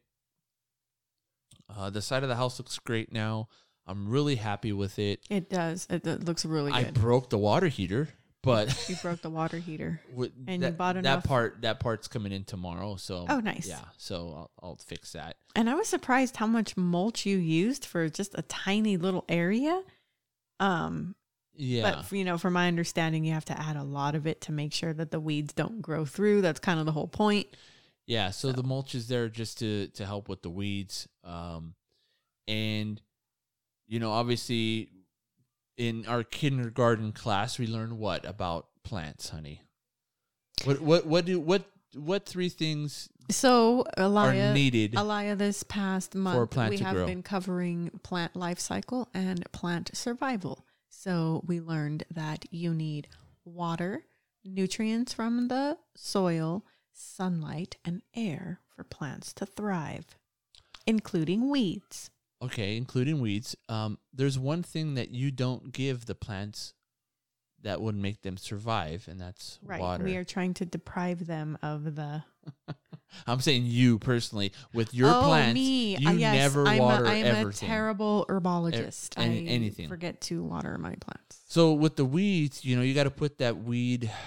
A: Uh, the side of the house looks great now. I'm really happy with it.
D: It does. It, it looks really
A: I
D: good.
A: broke the water heater, but
D: you broke the water heater.
A: with
D: And you
A: that,
D: bought
A: that
D: enough-
A: part that part's coming in tomorrow. So
D: Oh, nice.
A: Yeah, so I'll, I'll fix that.
D: And I was surprised how much mulch you used for just a tiny little area. Um,
A: Yeah,
D: But you know, from my understanding, you have to add a lot of it to make sure that the weeds don't grow through. That's kind of the whole point.
A: Yeah, so, the mulch is there just to to help with the weeds. Um and you know, obviously in our kindergarten class we learned what about plants, honey? What what what do what what three things
D: So,
A: are
D: Elia,
A: needed?
D: Elia, this past month
A: plant
D: we
A: to
D: have
A: grow.
D: been covering plant life cycle and plant survival. So, we learned that you need water, nutrients from the soil, sunlight, and air for plants to thrive, including weeds.
A: Okay, including weeds. Um there's one thing that you don't give the plants that would make them survive and that's
D: Right.
A: water.
D: We are trying to deprive them of the
A: I'm saying you personally with your
D: oh,
A: plants
D: Me.
A: you
D: Uh, yes,
A: never
D: I'm
A: water
D: a, I'm
A: everything.
D: a terrible herbologist.
A: Ev- any-
D: I
A: anything.
D: forget to water my plants.
A: So with the weeds, you know, you got to put that weed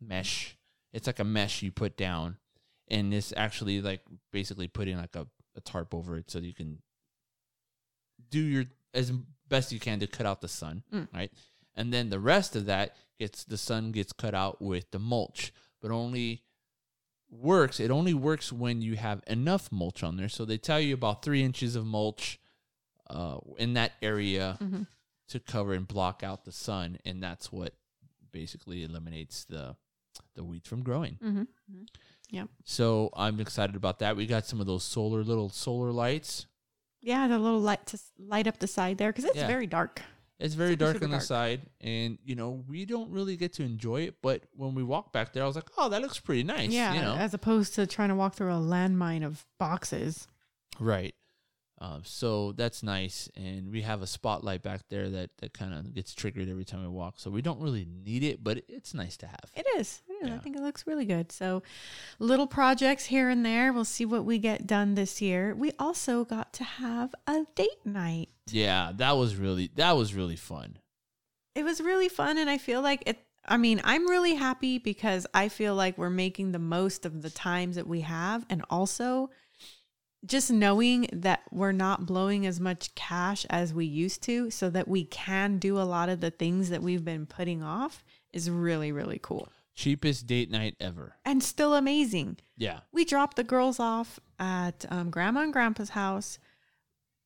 A: mesh. It's like a mesh you put down, and it's actually like basically putting like a, a tarp over it so you can do your as best you can to cut out the sun,
D: Mm.
A: right? And then the rest of that gets the sun gets cut out with the mulch, but only works. It only works when you have enough mulch on there. So they tell you about three inches of mulch uh, in that area
D: Mhm.
A: to cover and block out the sun, and that's what basically eliminates the the weeds from growing.
D: Mm-hmm.
A: So I'm excited about that. We got some of those solar little solar lights.
D: Yeah, the little light to s- light up the side there because it's
A: Yeah.
D: very dark.
A: It's very
D: Super,
A: dark
D: super
A: on the
D: dark.
A: side, and you know we don't really get to enjoy it. But when we walk back there, I was like, "Oh, that looks pretty nice."
D: yeah,
A: you know,
D: as opposed to trying to walk through a landmine of boxes.
A: right. Um, so that's nice, and we have a spotlight back there that that kind of gets triggered every time we walk. So we don't really need it, but it's nice to have.
D: It is. It is. I
A: Yeah.
D: think it looks really good. So, little projects here and there. We'll see what we get done this year. We also got to have a date night.
A: Yeah, that was really that was really fun.
D: it was really fun and i feel like it i mean i'm really happy because i feel like we're making the most of the times that we have and also just knowing that we're not blowing as much cash as we used to so that we can do a lot of the things that we've been putting off is really really cool
A: Cheapest date night ever.
D: and still amazing
A: Yeah.
D: we dropped the girls off at um, grandma and grandpa's house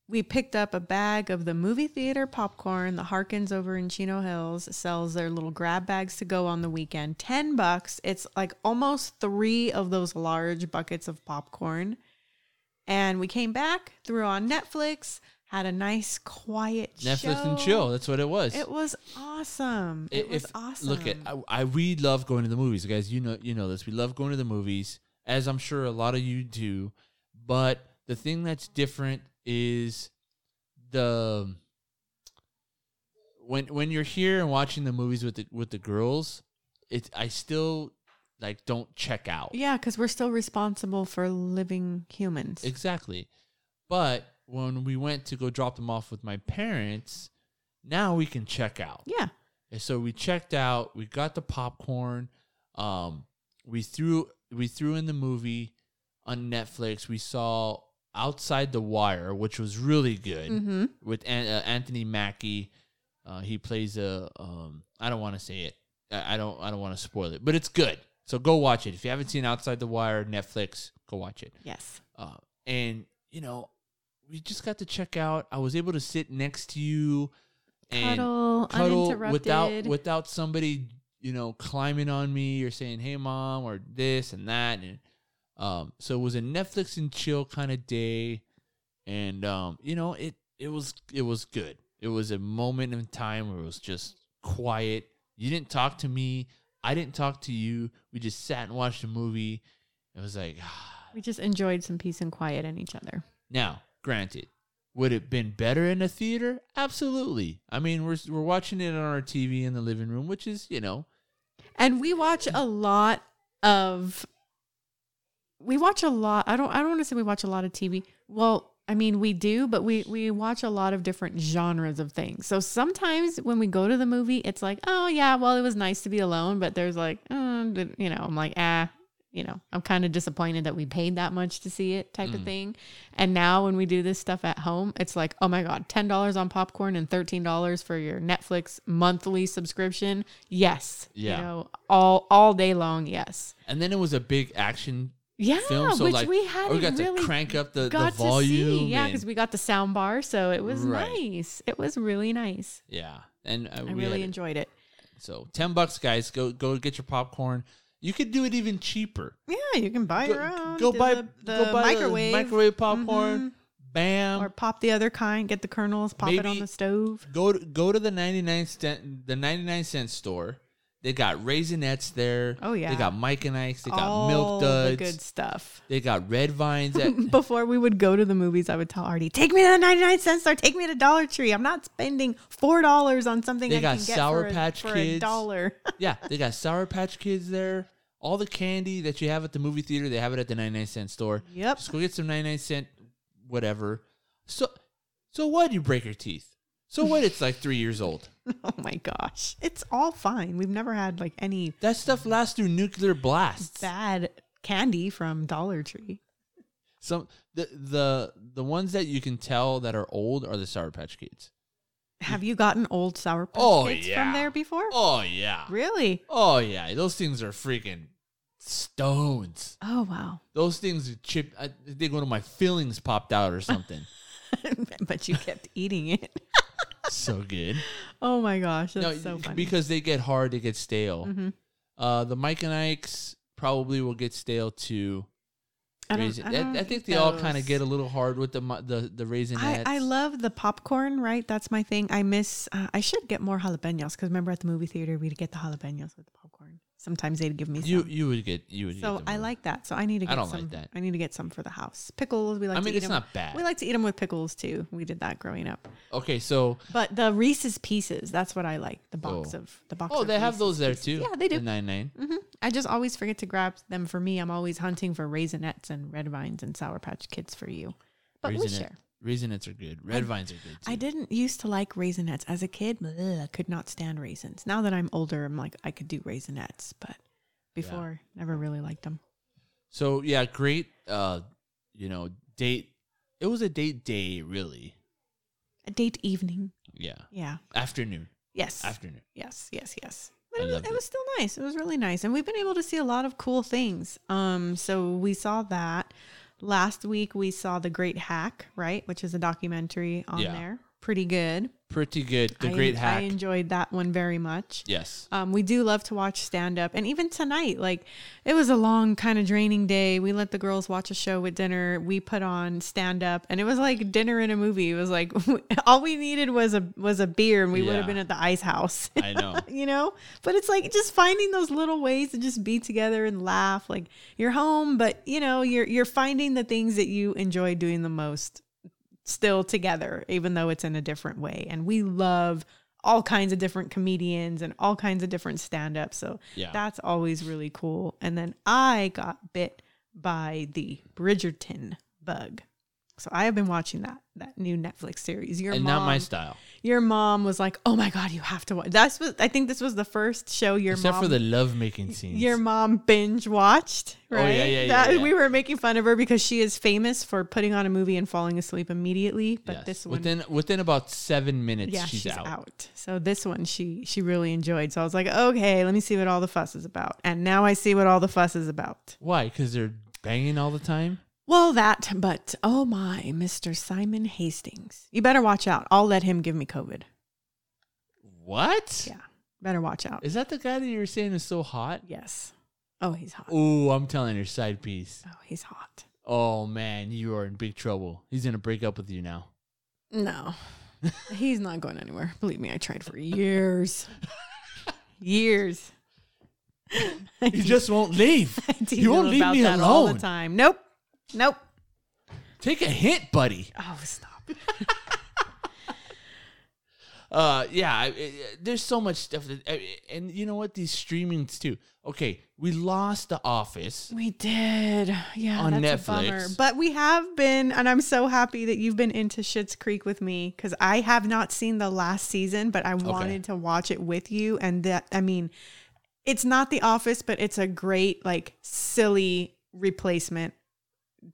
D: we picked up a bag of the movie theater popcorn the harkins over in chino hills sells their little grab bags to go on the weekend 10 bucks it's like almost three of those large buckets of popcorn and we came back threw on netflix had a nice quiet
A: Netflix
D: show.
A: and chill. That's what it was.
D: it was awesome it, was
A: if-
D: awesome
A: Look at I, I we love going to the movies, guys. You know you know this. We love going to the movies, as I'm sure a lot of you do. But the thing that's different is the when when you're here and watching the movies with the with the girls, it's I still like don't check out.
D: yeah because we're still responsible for living humans
A: Exactly. But when we went to go drop them off with my parents, now we can check out.
D: yeah
A: And so we checked out, we got the popcorn, um, we threw we threw in the movie on Netflix. We saw Outside the Wire, which was really good
D: mm-hmm
A: with An- uh, Anthony Mackie. Uh, he plays a um, I don't want to say it. I, I don't I don't want to spoil it, but it's good. So go watch it. If you haven't seen Outside the Wire, Netflix, go watch it.
D: Yes.
A: Uh, and you know, we just got to check out. I was able to sit next to you and
D: Cuddle,
A: cuddle
D: uninterrupted.
A: without without somebody you know climbing on me or saying hey mom or this and that and um so it was a netflix and chill kind of day and um you know it it was it was good it was a moment in time where it was just quiet you didn't talk to me i didn't talk to you we just sat and watched a movie it was like ah,
D: we just enjoyed some peace and quiet in each other.
A: Now, granted, would it been better in a theater? Absolutely. I mean, we're we're watching it on our TV in the living room, which is you know,
D: And we watch a lot of we watch a lot. I don't I don't want to say we watch a lot of TV. Well, I mean we do, but we we watch a lot of different genres of things. So sometimes when we go to the movie, it's like, "Oh yeah, well it was nice to be alone," but there's like, um, did- you know, I'm like, "Ah, you know, I'm kind of disappointed that we paid that much to see it type of
A: Mm.
D: thing. And now when we do this stuff at home, it's like, oh my God, $10 on popcorn and $13 for your Netflix monthly subscription. Yes.
A: Yeah.
D: You know, all all day long, yes.
A: and then it was a big action
D: Yeah,
A: film. So
D: Ah, which
A: like,
D: we had
A: or we
D: it
A: got
D: really
A: to crank up the, the
D: got
A: volume.
D: to see. Yeah,
A: and-
D: because we got the sound bar, so it was
A: Right.
D: nice. It was really nice.
A: yeah. And uh,
D: I
A: we
D: really
A: had-
D: enjoyed it.
A: So ten bucks, guys. Go go get your popcorn. You could do it even cheaper.
D: Yeah, you can buy
A: Go-
D: your own.
A: go
D: do
A: buy-
D: the,
A: go
D: the
A: buy the
D: microwave,
A: microwave popcorn.
D: Mhm.
A: Bam.
D: or pop the other kind. Get the kernels, pop it on
A: Maybe-
D: the stove.
A: go to, go to the ninety nine cent the ninety nine cent store. They got raisinets there.
D: Oh, yeah.
A: They got Mike and Ike's. They got
D: All
A: milk
D: the
A: duds.
D: good stuff.
A: They got red vines. At,
D: Before we would go to the movies, I would tell Artie, "Take me to the ninety-nine cent store. Take me to Dollar Tree. I'm not spending four dollars on something
A: They
D: I
A: got
D: can get
A: Sour
D: for a-
A: Patch
D: for a
A: Kids.
D: dollar."
A: yeah, they got Sour Patch Kids there. All the candy that you have at the movie theater, they have it at the ninety nine cent store.
D: yep.
A: Just go get some 99 cent whatever. So so what you break your teeth? So what it's like 3 years old.
D: Oh my gosh, it's all fine. We've never had like any
A: That stuff lasts through nuclear blasts.
D: bad candy from Dollar Tree.
A: Some the the the ones that you can tell that are old are the Sour Patch Kids.
D: Have you gotten old sour patch
A: Oh,
D: kids
A: yeah.
D: from there before?
A: Oh yeah.
D: Really?
A: Oh yeah, those things are freaking stones.
D: Oh wow.
A: Those things chip I think one of my fillings popped out or something.
D: but you kept eating it.
A: so good.
D: Oh my gosh, that's
A: no,
D: so funny.
A: because they get hard, they get stale.
D: Mhm.
A: Uh, the Mike and Ike's probably will get stale too.
D: I, don't-
A: Raisin-
D: I
A: I, I,
D: don't
A: think
D: eat
A: they all
D: those.
A: kind of get a little hard with the mu- the the
D: I,
A: raisinettes.
D: I love the popcorn, right? That's my thing. I miss. Uh, I should get more jalapenos because remember at the movie theater we'd get the jalapenos with the popcorn. Sometimes they'd give me some.
A: you. You would get you would. get
D: so
A: them
D: I
A: all.
D: like that. So I need to.
A: I
D: Get
A: don't like
D: some,
A: that.
D: I need to get some for the house. Pickles. We like.
A: I
D: to
A: mean,
D: eat
A: it's
D: 'em.
A: not bad.
D: We like to eat them with pickles too. We did that growing up.
A: Okay, so
D: But the Reese's Pieces. That's what I like. The box
A: Oh.
D: of the box.
A: oh,
D: of
A: they have
D: Reese's
A: those there
D: Pieces.
A: too.
D: Yeah, they do.
A: The nine nine.
D: hmm I just always forget to grab them for me. I'm always hunting for raisinettes and red vines and sour patch kids for you. But we
A: Raisinette-
D: share.
A: Raisinets are good. Red vines are good. Too.
D: I didn't used to like raisinettes as a kid. Ugh, I could not stand raisins. Now that I'm older, I'm like I could do raisinettes, but before never really liked them.
A: So yeah, great. Uh, you know, date. It was a date day, really.
D: A date evening.
A: Yeah,
D: Yeah.
A: afternoon,
D: Yes.
A: afternoon.
D: Yes, yes, yes. But
A: I
D: it was,
A: loved
D: it
A: it.
D: was still nice. It was really nice. And we've been able to see a lot of cool things. Um, so we saw that. Last week we saw The Great Hack, right? Which is a documentary on
A: Yeah.
D: there. Pretty good.
A: Pretty good. The
D: I-
A: great
D: I
A: hack.
D: enjoyed that one very much.
A: yes.
D: Um, we do love to watch stand up. And even tonight, like it was a long, kind of draining day. We let the girls watch a show with dinner. We put on stand up and it was like dinner in a movie. It was like all we needed was a was a beer and we would
A: Yeah.
D: have been at the ice house.
A: I know.
D: you know? But it's like just finding those little ways to just be together and laugh. Like you're home, but you know, you're you're finding the things that you enjoy doing the most still together, even though it's in a different way. And we love all kinds of different comedians and all kinds of different stand ups. So
A: Yeah.
D: that's always really cool. And then I got bit by the Bridgerton bug. So I have been watching that that new Netflix series. Your
A: and
D: mom,
A: not my style.
D: your mom was like, "Oh my god, you have to watch." That's what I think. This was the first show your
A: Except
D: mom,
A: for the love making scenes.
D: your mom binge watched.
A: Oh,
D: Right?
A: yeah, yeah, yeah,
D: That-
A: yeah.
D: We were making fun of her because she is famous for putting on a movie and falling asleep immediately. But
A: Yes.
D: this one,
A: within within about seven minutes,
D: yeah,
A: she's, out.
D: So this one, she she really enjoyed. So I was like, "Okay, let me see what all the fuss is about." And now I see what all the fuss is about.
A: Why? Because they're banging all the time.
D: Well, that. But oh my, Mr. Simon Hastings, you better watch out. I'll let him give me COVID.
A: What?
D: Yeah, better watch out.
A: Is that the guy that you were saying is so hot?
D: Yes. Oh, he's hot.
A: Ooh, I'm telling your side piece.
D: Oh, he's hot.
A: Oh man, you are in big trouble. He's gonna break up with you now.
D: No, he's not going anywhere. Believe me, I tried for years. years.
A: He just won't leave.
D: I do
A: You won't
D: know
A: leave
D: about
A: me
D: that all the
A: alone.
D: time. Nope. Nope.
A: Take a hint, buddy.
D: Oh, stop.
A: Uh, yeah. I, I- there's so much stuff, that, I- and you know what? These streamings too. Okay, we lost The Office.
D: We did. Yeah.
A: On
D: that's a bummer.
A: Netflix.
D: But we have been, and I'm so happy that you've been into Schitt's Creek with me because I have not seen the last season, but I wanted to watch it with you. And that, I mean, it's not The Office, but it's a great, like, silly replacement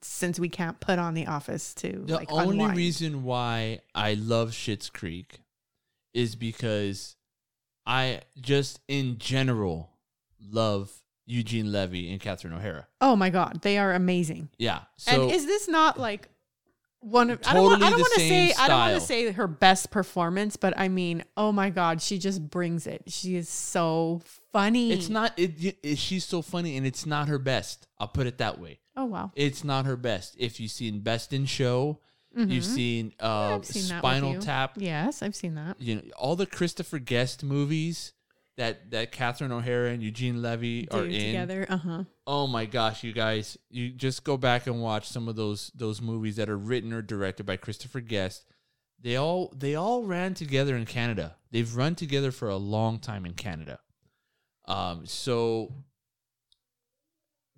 D: since we can't put on The Office to
A: The
D: like,
A: only
D: unwind.
A: reason why I love Schitt's Creek is because I just in general love Eugene Levy and Catherine O'Hara.
D: Oh my God, they are amazing.
A: Yeah. So
D: and is this not like one of I don't,
A: Totally
D: wa- I don't
A: the
D: want to
A: same
D: say I don't want to
A: style.
D: say her best performance, but I mean, oh my God, she just brings it. She is so funny.
A: it's not it, it- she's so funny and it's not her best. I'll put it that way.
D: Oh wow.
A: It's not her best. If you've seen Best in Show, you've
D: Mhm.
A: seen uh
D: I've seen that with
A: Spinal
D: you.
A: Tap,
D: Yes, I've seen that.
A: you know, all the Christopher Guest movies that that Catherine O'Hara and Eugene Levy
D: Do
A: are in.
D: together. Uh huh.
A: Oh my gosh, you guys, you just go back and watch some of those those movies that are written or directed by Christopher Guest. They all they all ran together in Canada. They've run together for a long time in Canada. Um so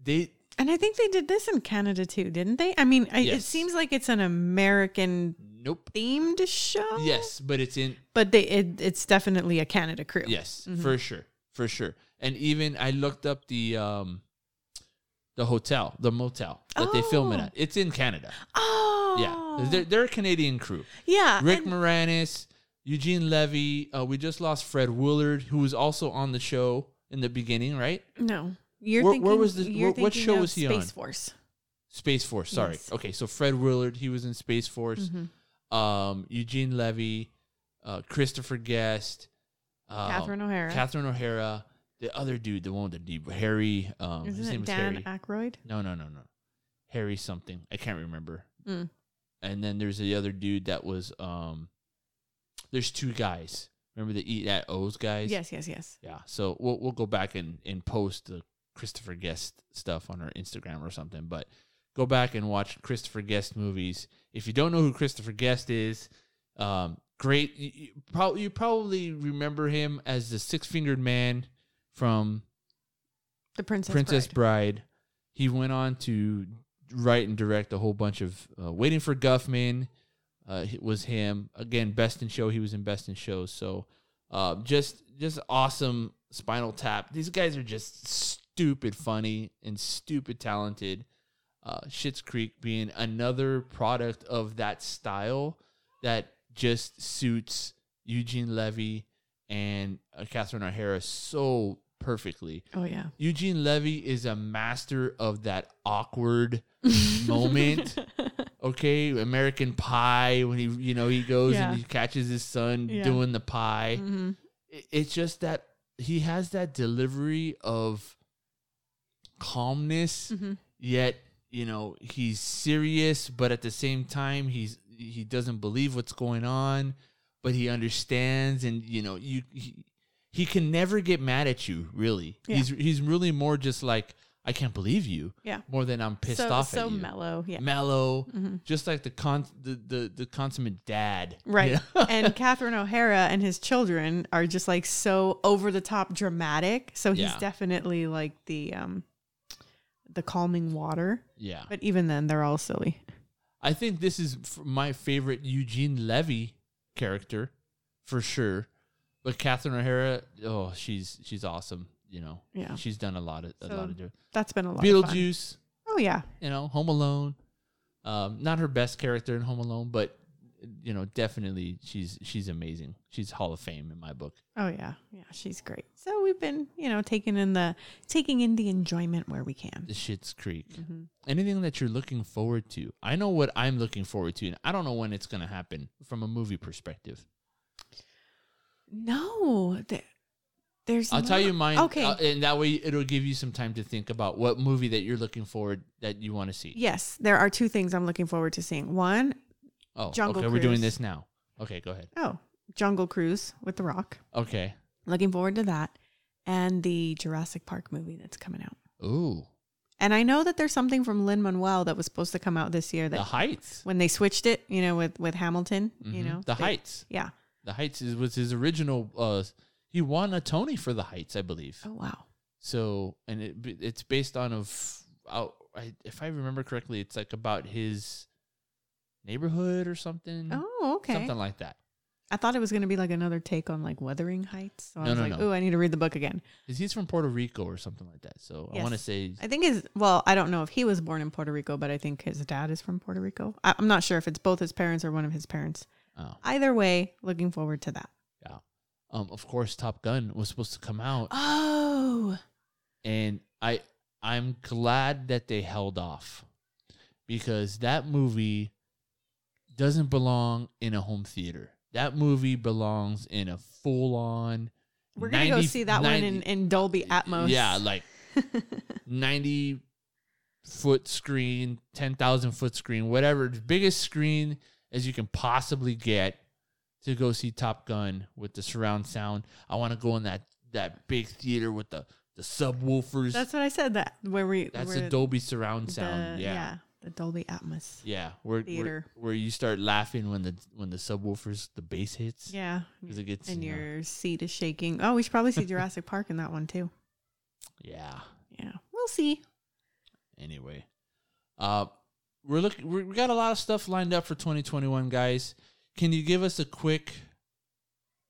A: they
D: And I think they did this in Canada too, didn't they? I mean, I, it
A: Yes.
D: seems like it's an American
A: nope.
D: themed show.
A: Yes, but it's in
D: But they it, it's definitely a Canada crew.
A: Yes,
D: Mhm.
A: for sure, for sure. And even I looked up the um, the hotel, the motel that they film it
D: Oh.
A: at. It's in Canada.
D: Oh.
A: Yeah, they're they're a Canadian crew.
D: yeah.
A: Rick
D: and-
A: Moranis, Eugene Levy. Uh, we just lost Fred Willard, who was also on the show in the beginning, right?
D: no. You're
A: Where- where
D: thinking,
A: was this-
D: you're
A: wh- what
D: thinking
A: show
D: of
A: was he
D: Space
A: on?
D: Force.
A: Space Force. Sorry.
D: Yes.
A: Okay, so Fred Willard, he was in Space Force.
D: Mhm.
A: Um, Eugene Levy, uh, Christopher Guest, uh,
D: Catherine O'Hara.
A: Catherine O'Hara, the other dude, the one with the deep Harry. Um,
D: Isn't
A: his name
D: it
A: is
D: Dan
A: Harry.
D: Aykroyd?
A: No, no, no, no. Harry something. I can't remember.
D: Mm.
A: And then there's the other dude that was. um There's two guys. Remember the Eat at O's guys?
D: Yes, yes, yes.
A: Yeah. So we'll we'll go back and and post the Christopher Guest stuff on our Instagram or something. But go back and watch Christopher Guest movies. If you don't know who Christopher Guest is, um, great. You, you, prob- you probably remember him as the six fingered man from
D: The Princess,
A: Princess
D: Bride.
A: Bride. He went on to write and direct a whole bunch of uh, Waiting for Guffman. Uh, it was him again. Best in Show. He was in Best in Show. So uh, just just awesome. Spinal Tap. These guys are just stupid funny and stupid talented. Uh, Schitt's Creek being another product of that style that just suits Eugene Levy and uh, Catherine O'Hara so perfectly.
D: Oh yeah.
A: Eugene Levy is a master of that awkward moment. Okay, American Pie when he you know he goes
D: Yeah.
A: and he catches his son
D: Yeah.
A: doing the pie.
D: Mhm.
A: It- It's just that he has that delivery of calmness,
D: Mhm.
A: yet you know he's serious, but at the same time he's he doesn't believe what's going on, but he understands, and you know you he, he can never get mad at you. Really,
D: Yeah.
A: he's he's really more just like I can't believe you.
D: Yeah.
A: more than I'm pissed
D: so,
A: off
D: so
A: at you.
D: mellow. Yeah.
A: Mellow,
D: Mhm.
A: just like the con the, the the consummate dad, you
D: Right.
A: know?
D: and Catherine O'Hara and his children are just like so over the top dramatic. So he's
A: Yeah.
D: definitely like the um the calming water.
A: yeah,
D: But even then they're all silly.
A: I think this is f- my favorite Eugene Levy character for sure. But Catherine O'Hara, oh, she's she's awesome. You know,
D: Yeah.
A: she's done a lot of a
D: So,
A: lot of different.
D: That's been a lot of fun.
A: Beetlejuice,
D: Oh yeah.
A: you know, Home Alone. Um, not her best character in Home Alone, but you know, definitely she's she's amazing. She's Hall of Fame in my book.
D: Oh yeah. Yeah, she's great. So we've been, you know, taking in the taking in the enjoyment where we can.
A: The Shit's Creek.
D: Mhm.
A: Anything that you're looking forward to. I know what I'm looking forward to, and I don't know when it's gonna happen from a movie perspective.
D: No. There, there's
A: I'll tell
D: not-
A: you mine.
D: Okay.
A: uh, and that way it'll give you some time to think about what movie that you're looking forward that you want to see.
D: yes, there are two things I'm looking forward to seeing. One,
A: Oh,
D: Jungle
A: okay. We're doing
D: Cruise.
A: this now. Okay, go ahead.
D: oh, Jungle Cruise with The Rock.
A: Okay.
D: Looking forward to that and the Jurassic Park movie that's coming out.
A: Ooh,
D: And I know that there's something from Lin Manuel that was supposed to come out this year
A: The
D: that
A: Heights.
D: when they switched it, you know, with with Hamilton, you
A: Mhm.
D: know,
A: The
D: they-
A: Heights.
D: Yeah.
A: The Heights is, was his original. Uh, he won a Tony for The Heights, I believe.
D: Oh wow.
A: So, and it, it's based on of, out, I, if I remember correctly, it's like about his neighborhood or something.
D: Oh okay.
A: Mm-hmm. Something like that.
D: I thought it was going to be like another take on like Wuthering Heights. So I
A: No,
D: was
A: no,
D: like,
A: no.
D: oh, I need to read the book again.
A: 'Cause he's from Puerto Rico or something like that. So I want to
D: Yes.
A: say
D: I think his well, I don't know if he was born in Puerto Rico, but I think his dad is from Puerto Rico. I, I'm not sure if it's both his parents or one of his parents.
A: oh.
D: Either way, looking forward to that.
A: Um, of course, Top Gun was supposed to come out
D: Oh,
A: and I I'm glad that they held off because that movie doesn't belong in a home theater. That movie belongs in a full on.
D: We're gonna go see that one in, in Dolby Atmos.
A: Yeah, like ninety foot screen, ten thousand foot screen, whatever the biggest screen as you can possibly get to go see Top Gun with the surround sound. I want to go in that that big theater with the the subwoofers.
D: that's what I said. That where we
A: That's
D: where
A: Adobe surround sound.
D: the-
A: yeah. yeah.
D: the Dolby Atmos.
A: where, where
D: Theater.
A: where you start laughing when the when the subwoofers the bass hits
D: Yeah,
A: 'Cause it gets
D: and
A: you know,
D: your seat is shaking. Oh, we should probably see Jurassic Park in that one too.
A: yeah.
D: Yeah, we'll see.
A: Anyway, uh, we're looking. We we got a lot of stuff lined up for 2021, guys. Can you give us a quick?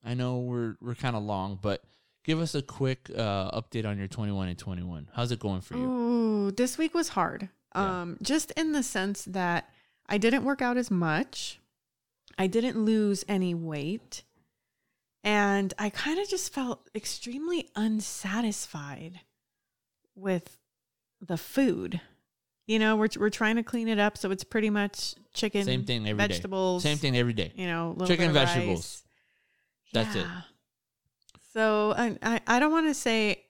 A: I know we're we're kind of long, but give us a quick uh, update on your 21 and 21. How's it going for
D: Mm,
A: you?
D: Ooh, this week was hard.
A: Yeah.
D: Um, just in the sense that I didn't work out as much. I didn't lose any weight. And I kind of just felt extremely unsatisfied with the food. You know, we're we're trying to clean it up, so it's pretty much chicken,
A: Same thing every day.
D: vegetables,
A: Same thing every day.
D: you know, little
A: Chicken
D: bit of
A: vegetables.
D: rice.
A: That's it.
D: Yeah. So I I, I don't want to say.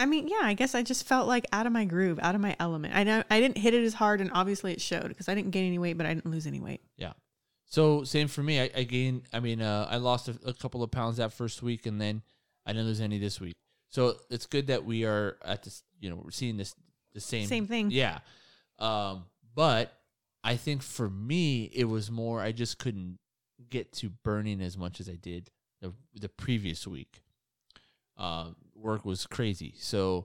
D: I mean, yeah, I guess I just felt like out of my groove, out of my element. I know I didn't hit it as hard, and obviously it showed because I didn't gain any weight, but I didn't lose any weight.
A: So same for me. I, I gained. I mean, uh, I lost a, a couple of pounds that first week, and then I didn't lose any this week. So it's good that we are at this. You know, we're seeing this the same
D: Same thing.
A: Yeah. Um, but I think for me, it was more. I just couldn't get to burning as much as I did the the previous week. Uh, work was crazy, so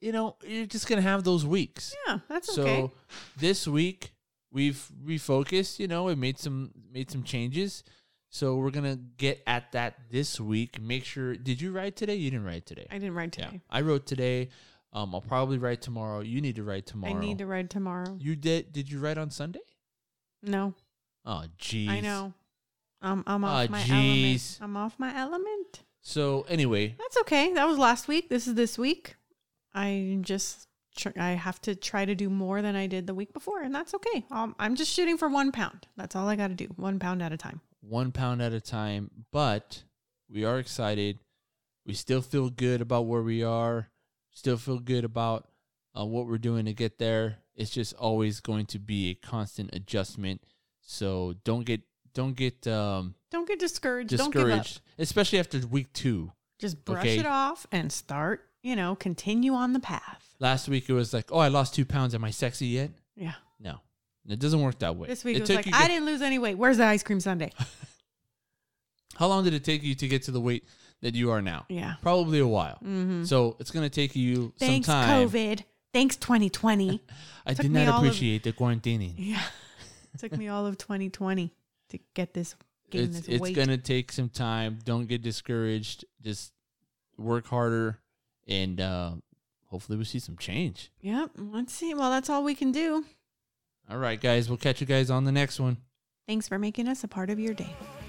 A: you know you're just gonna have those weeks
D: Yeah, that's
A: so
D: okay.
A: this week we've refocused you know we made some made some changes so we're gonna get at that this week make sure did you write today you didn't write today
D: I didn't ride today.
A: i wrote today um i'll probably write tomorrow you need to write
D: I
A: tomorrow
D: need to ride tomorrow.
A: you did did you write on sunday
D: No,
A: oh jeez
D: I know. Um, I'm
A: Ah,
D: off my
A: jeez.
D: element. I'm off my element.
A: so anyway
D: That's okay. That was last week. This is this week. I just tr- I have to try to do more than I did the week before, and that's okay. Um, I'm just shooting for one pound. That's all I got to do. One pound at a time.
A: one pound at a time, but we are excited. We still feel good about where we are, still feel good about uh, what we're doing to get there. It's just always going to be a constant adjustment. So don't get don't get um,
D: Don't get discouraged. Don't give up.
A: discouraged, especially after week two.
D: Just brush
A: Okay.
D: it off and start. You know, continue on the path.
A: Last week it was like, oh, I lost two pounds. Am I sexy yet?
D: Yeah.
A: No, it doesn't work that way.
D: This week
A: it
D: it was like
A: you
D: I
A: get-
D: didn't lose any weight. Where's the ice cream sundae?
A: How long did it take you to get to the weight that you are now?
D: Yeah.
A: Probably a while.
D: Mm-hmm.
A: So it's gonna take you
D: Thanks
A: some time.
D: COVID. Thanks 2020.
A: I
D: Took
A: did
D: me
A: not
D: all of-
A: appreciate the quarantining.
D: yeah. Took me all of 2020 to get this gain
A: It's
D: this
A: it's
D: weight.
A: gonna take some time. Don't get discouraged. Just work harder, and uh, hopefully we see some change.
D: Yep. Let's see. Well, that's all we can do.
A: All right, guys. We'll catch you guys on the next one.
D: Thanks for making us a part of your day.
C: Oh, Oh,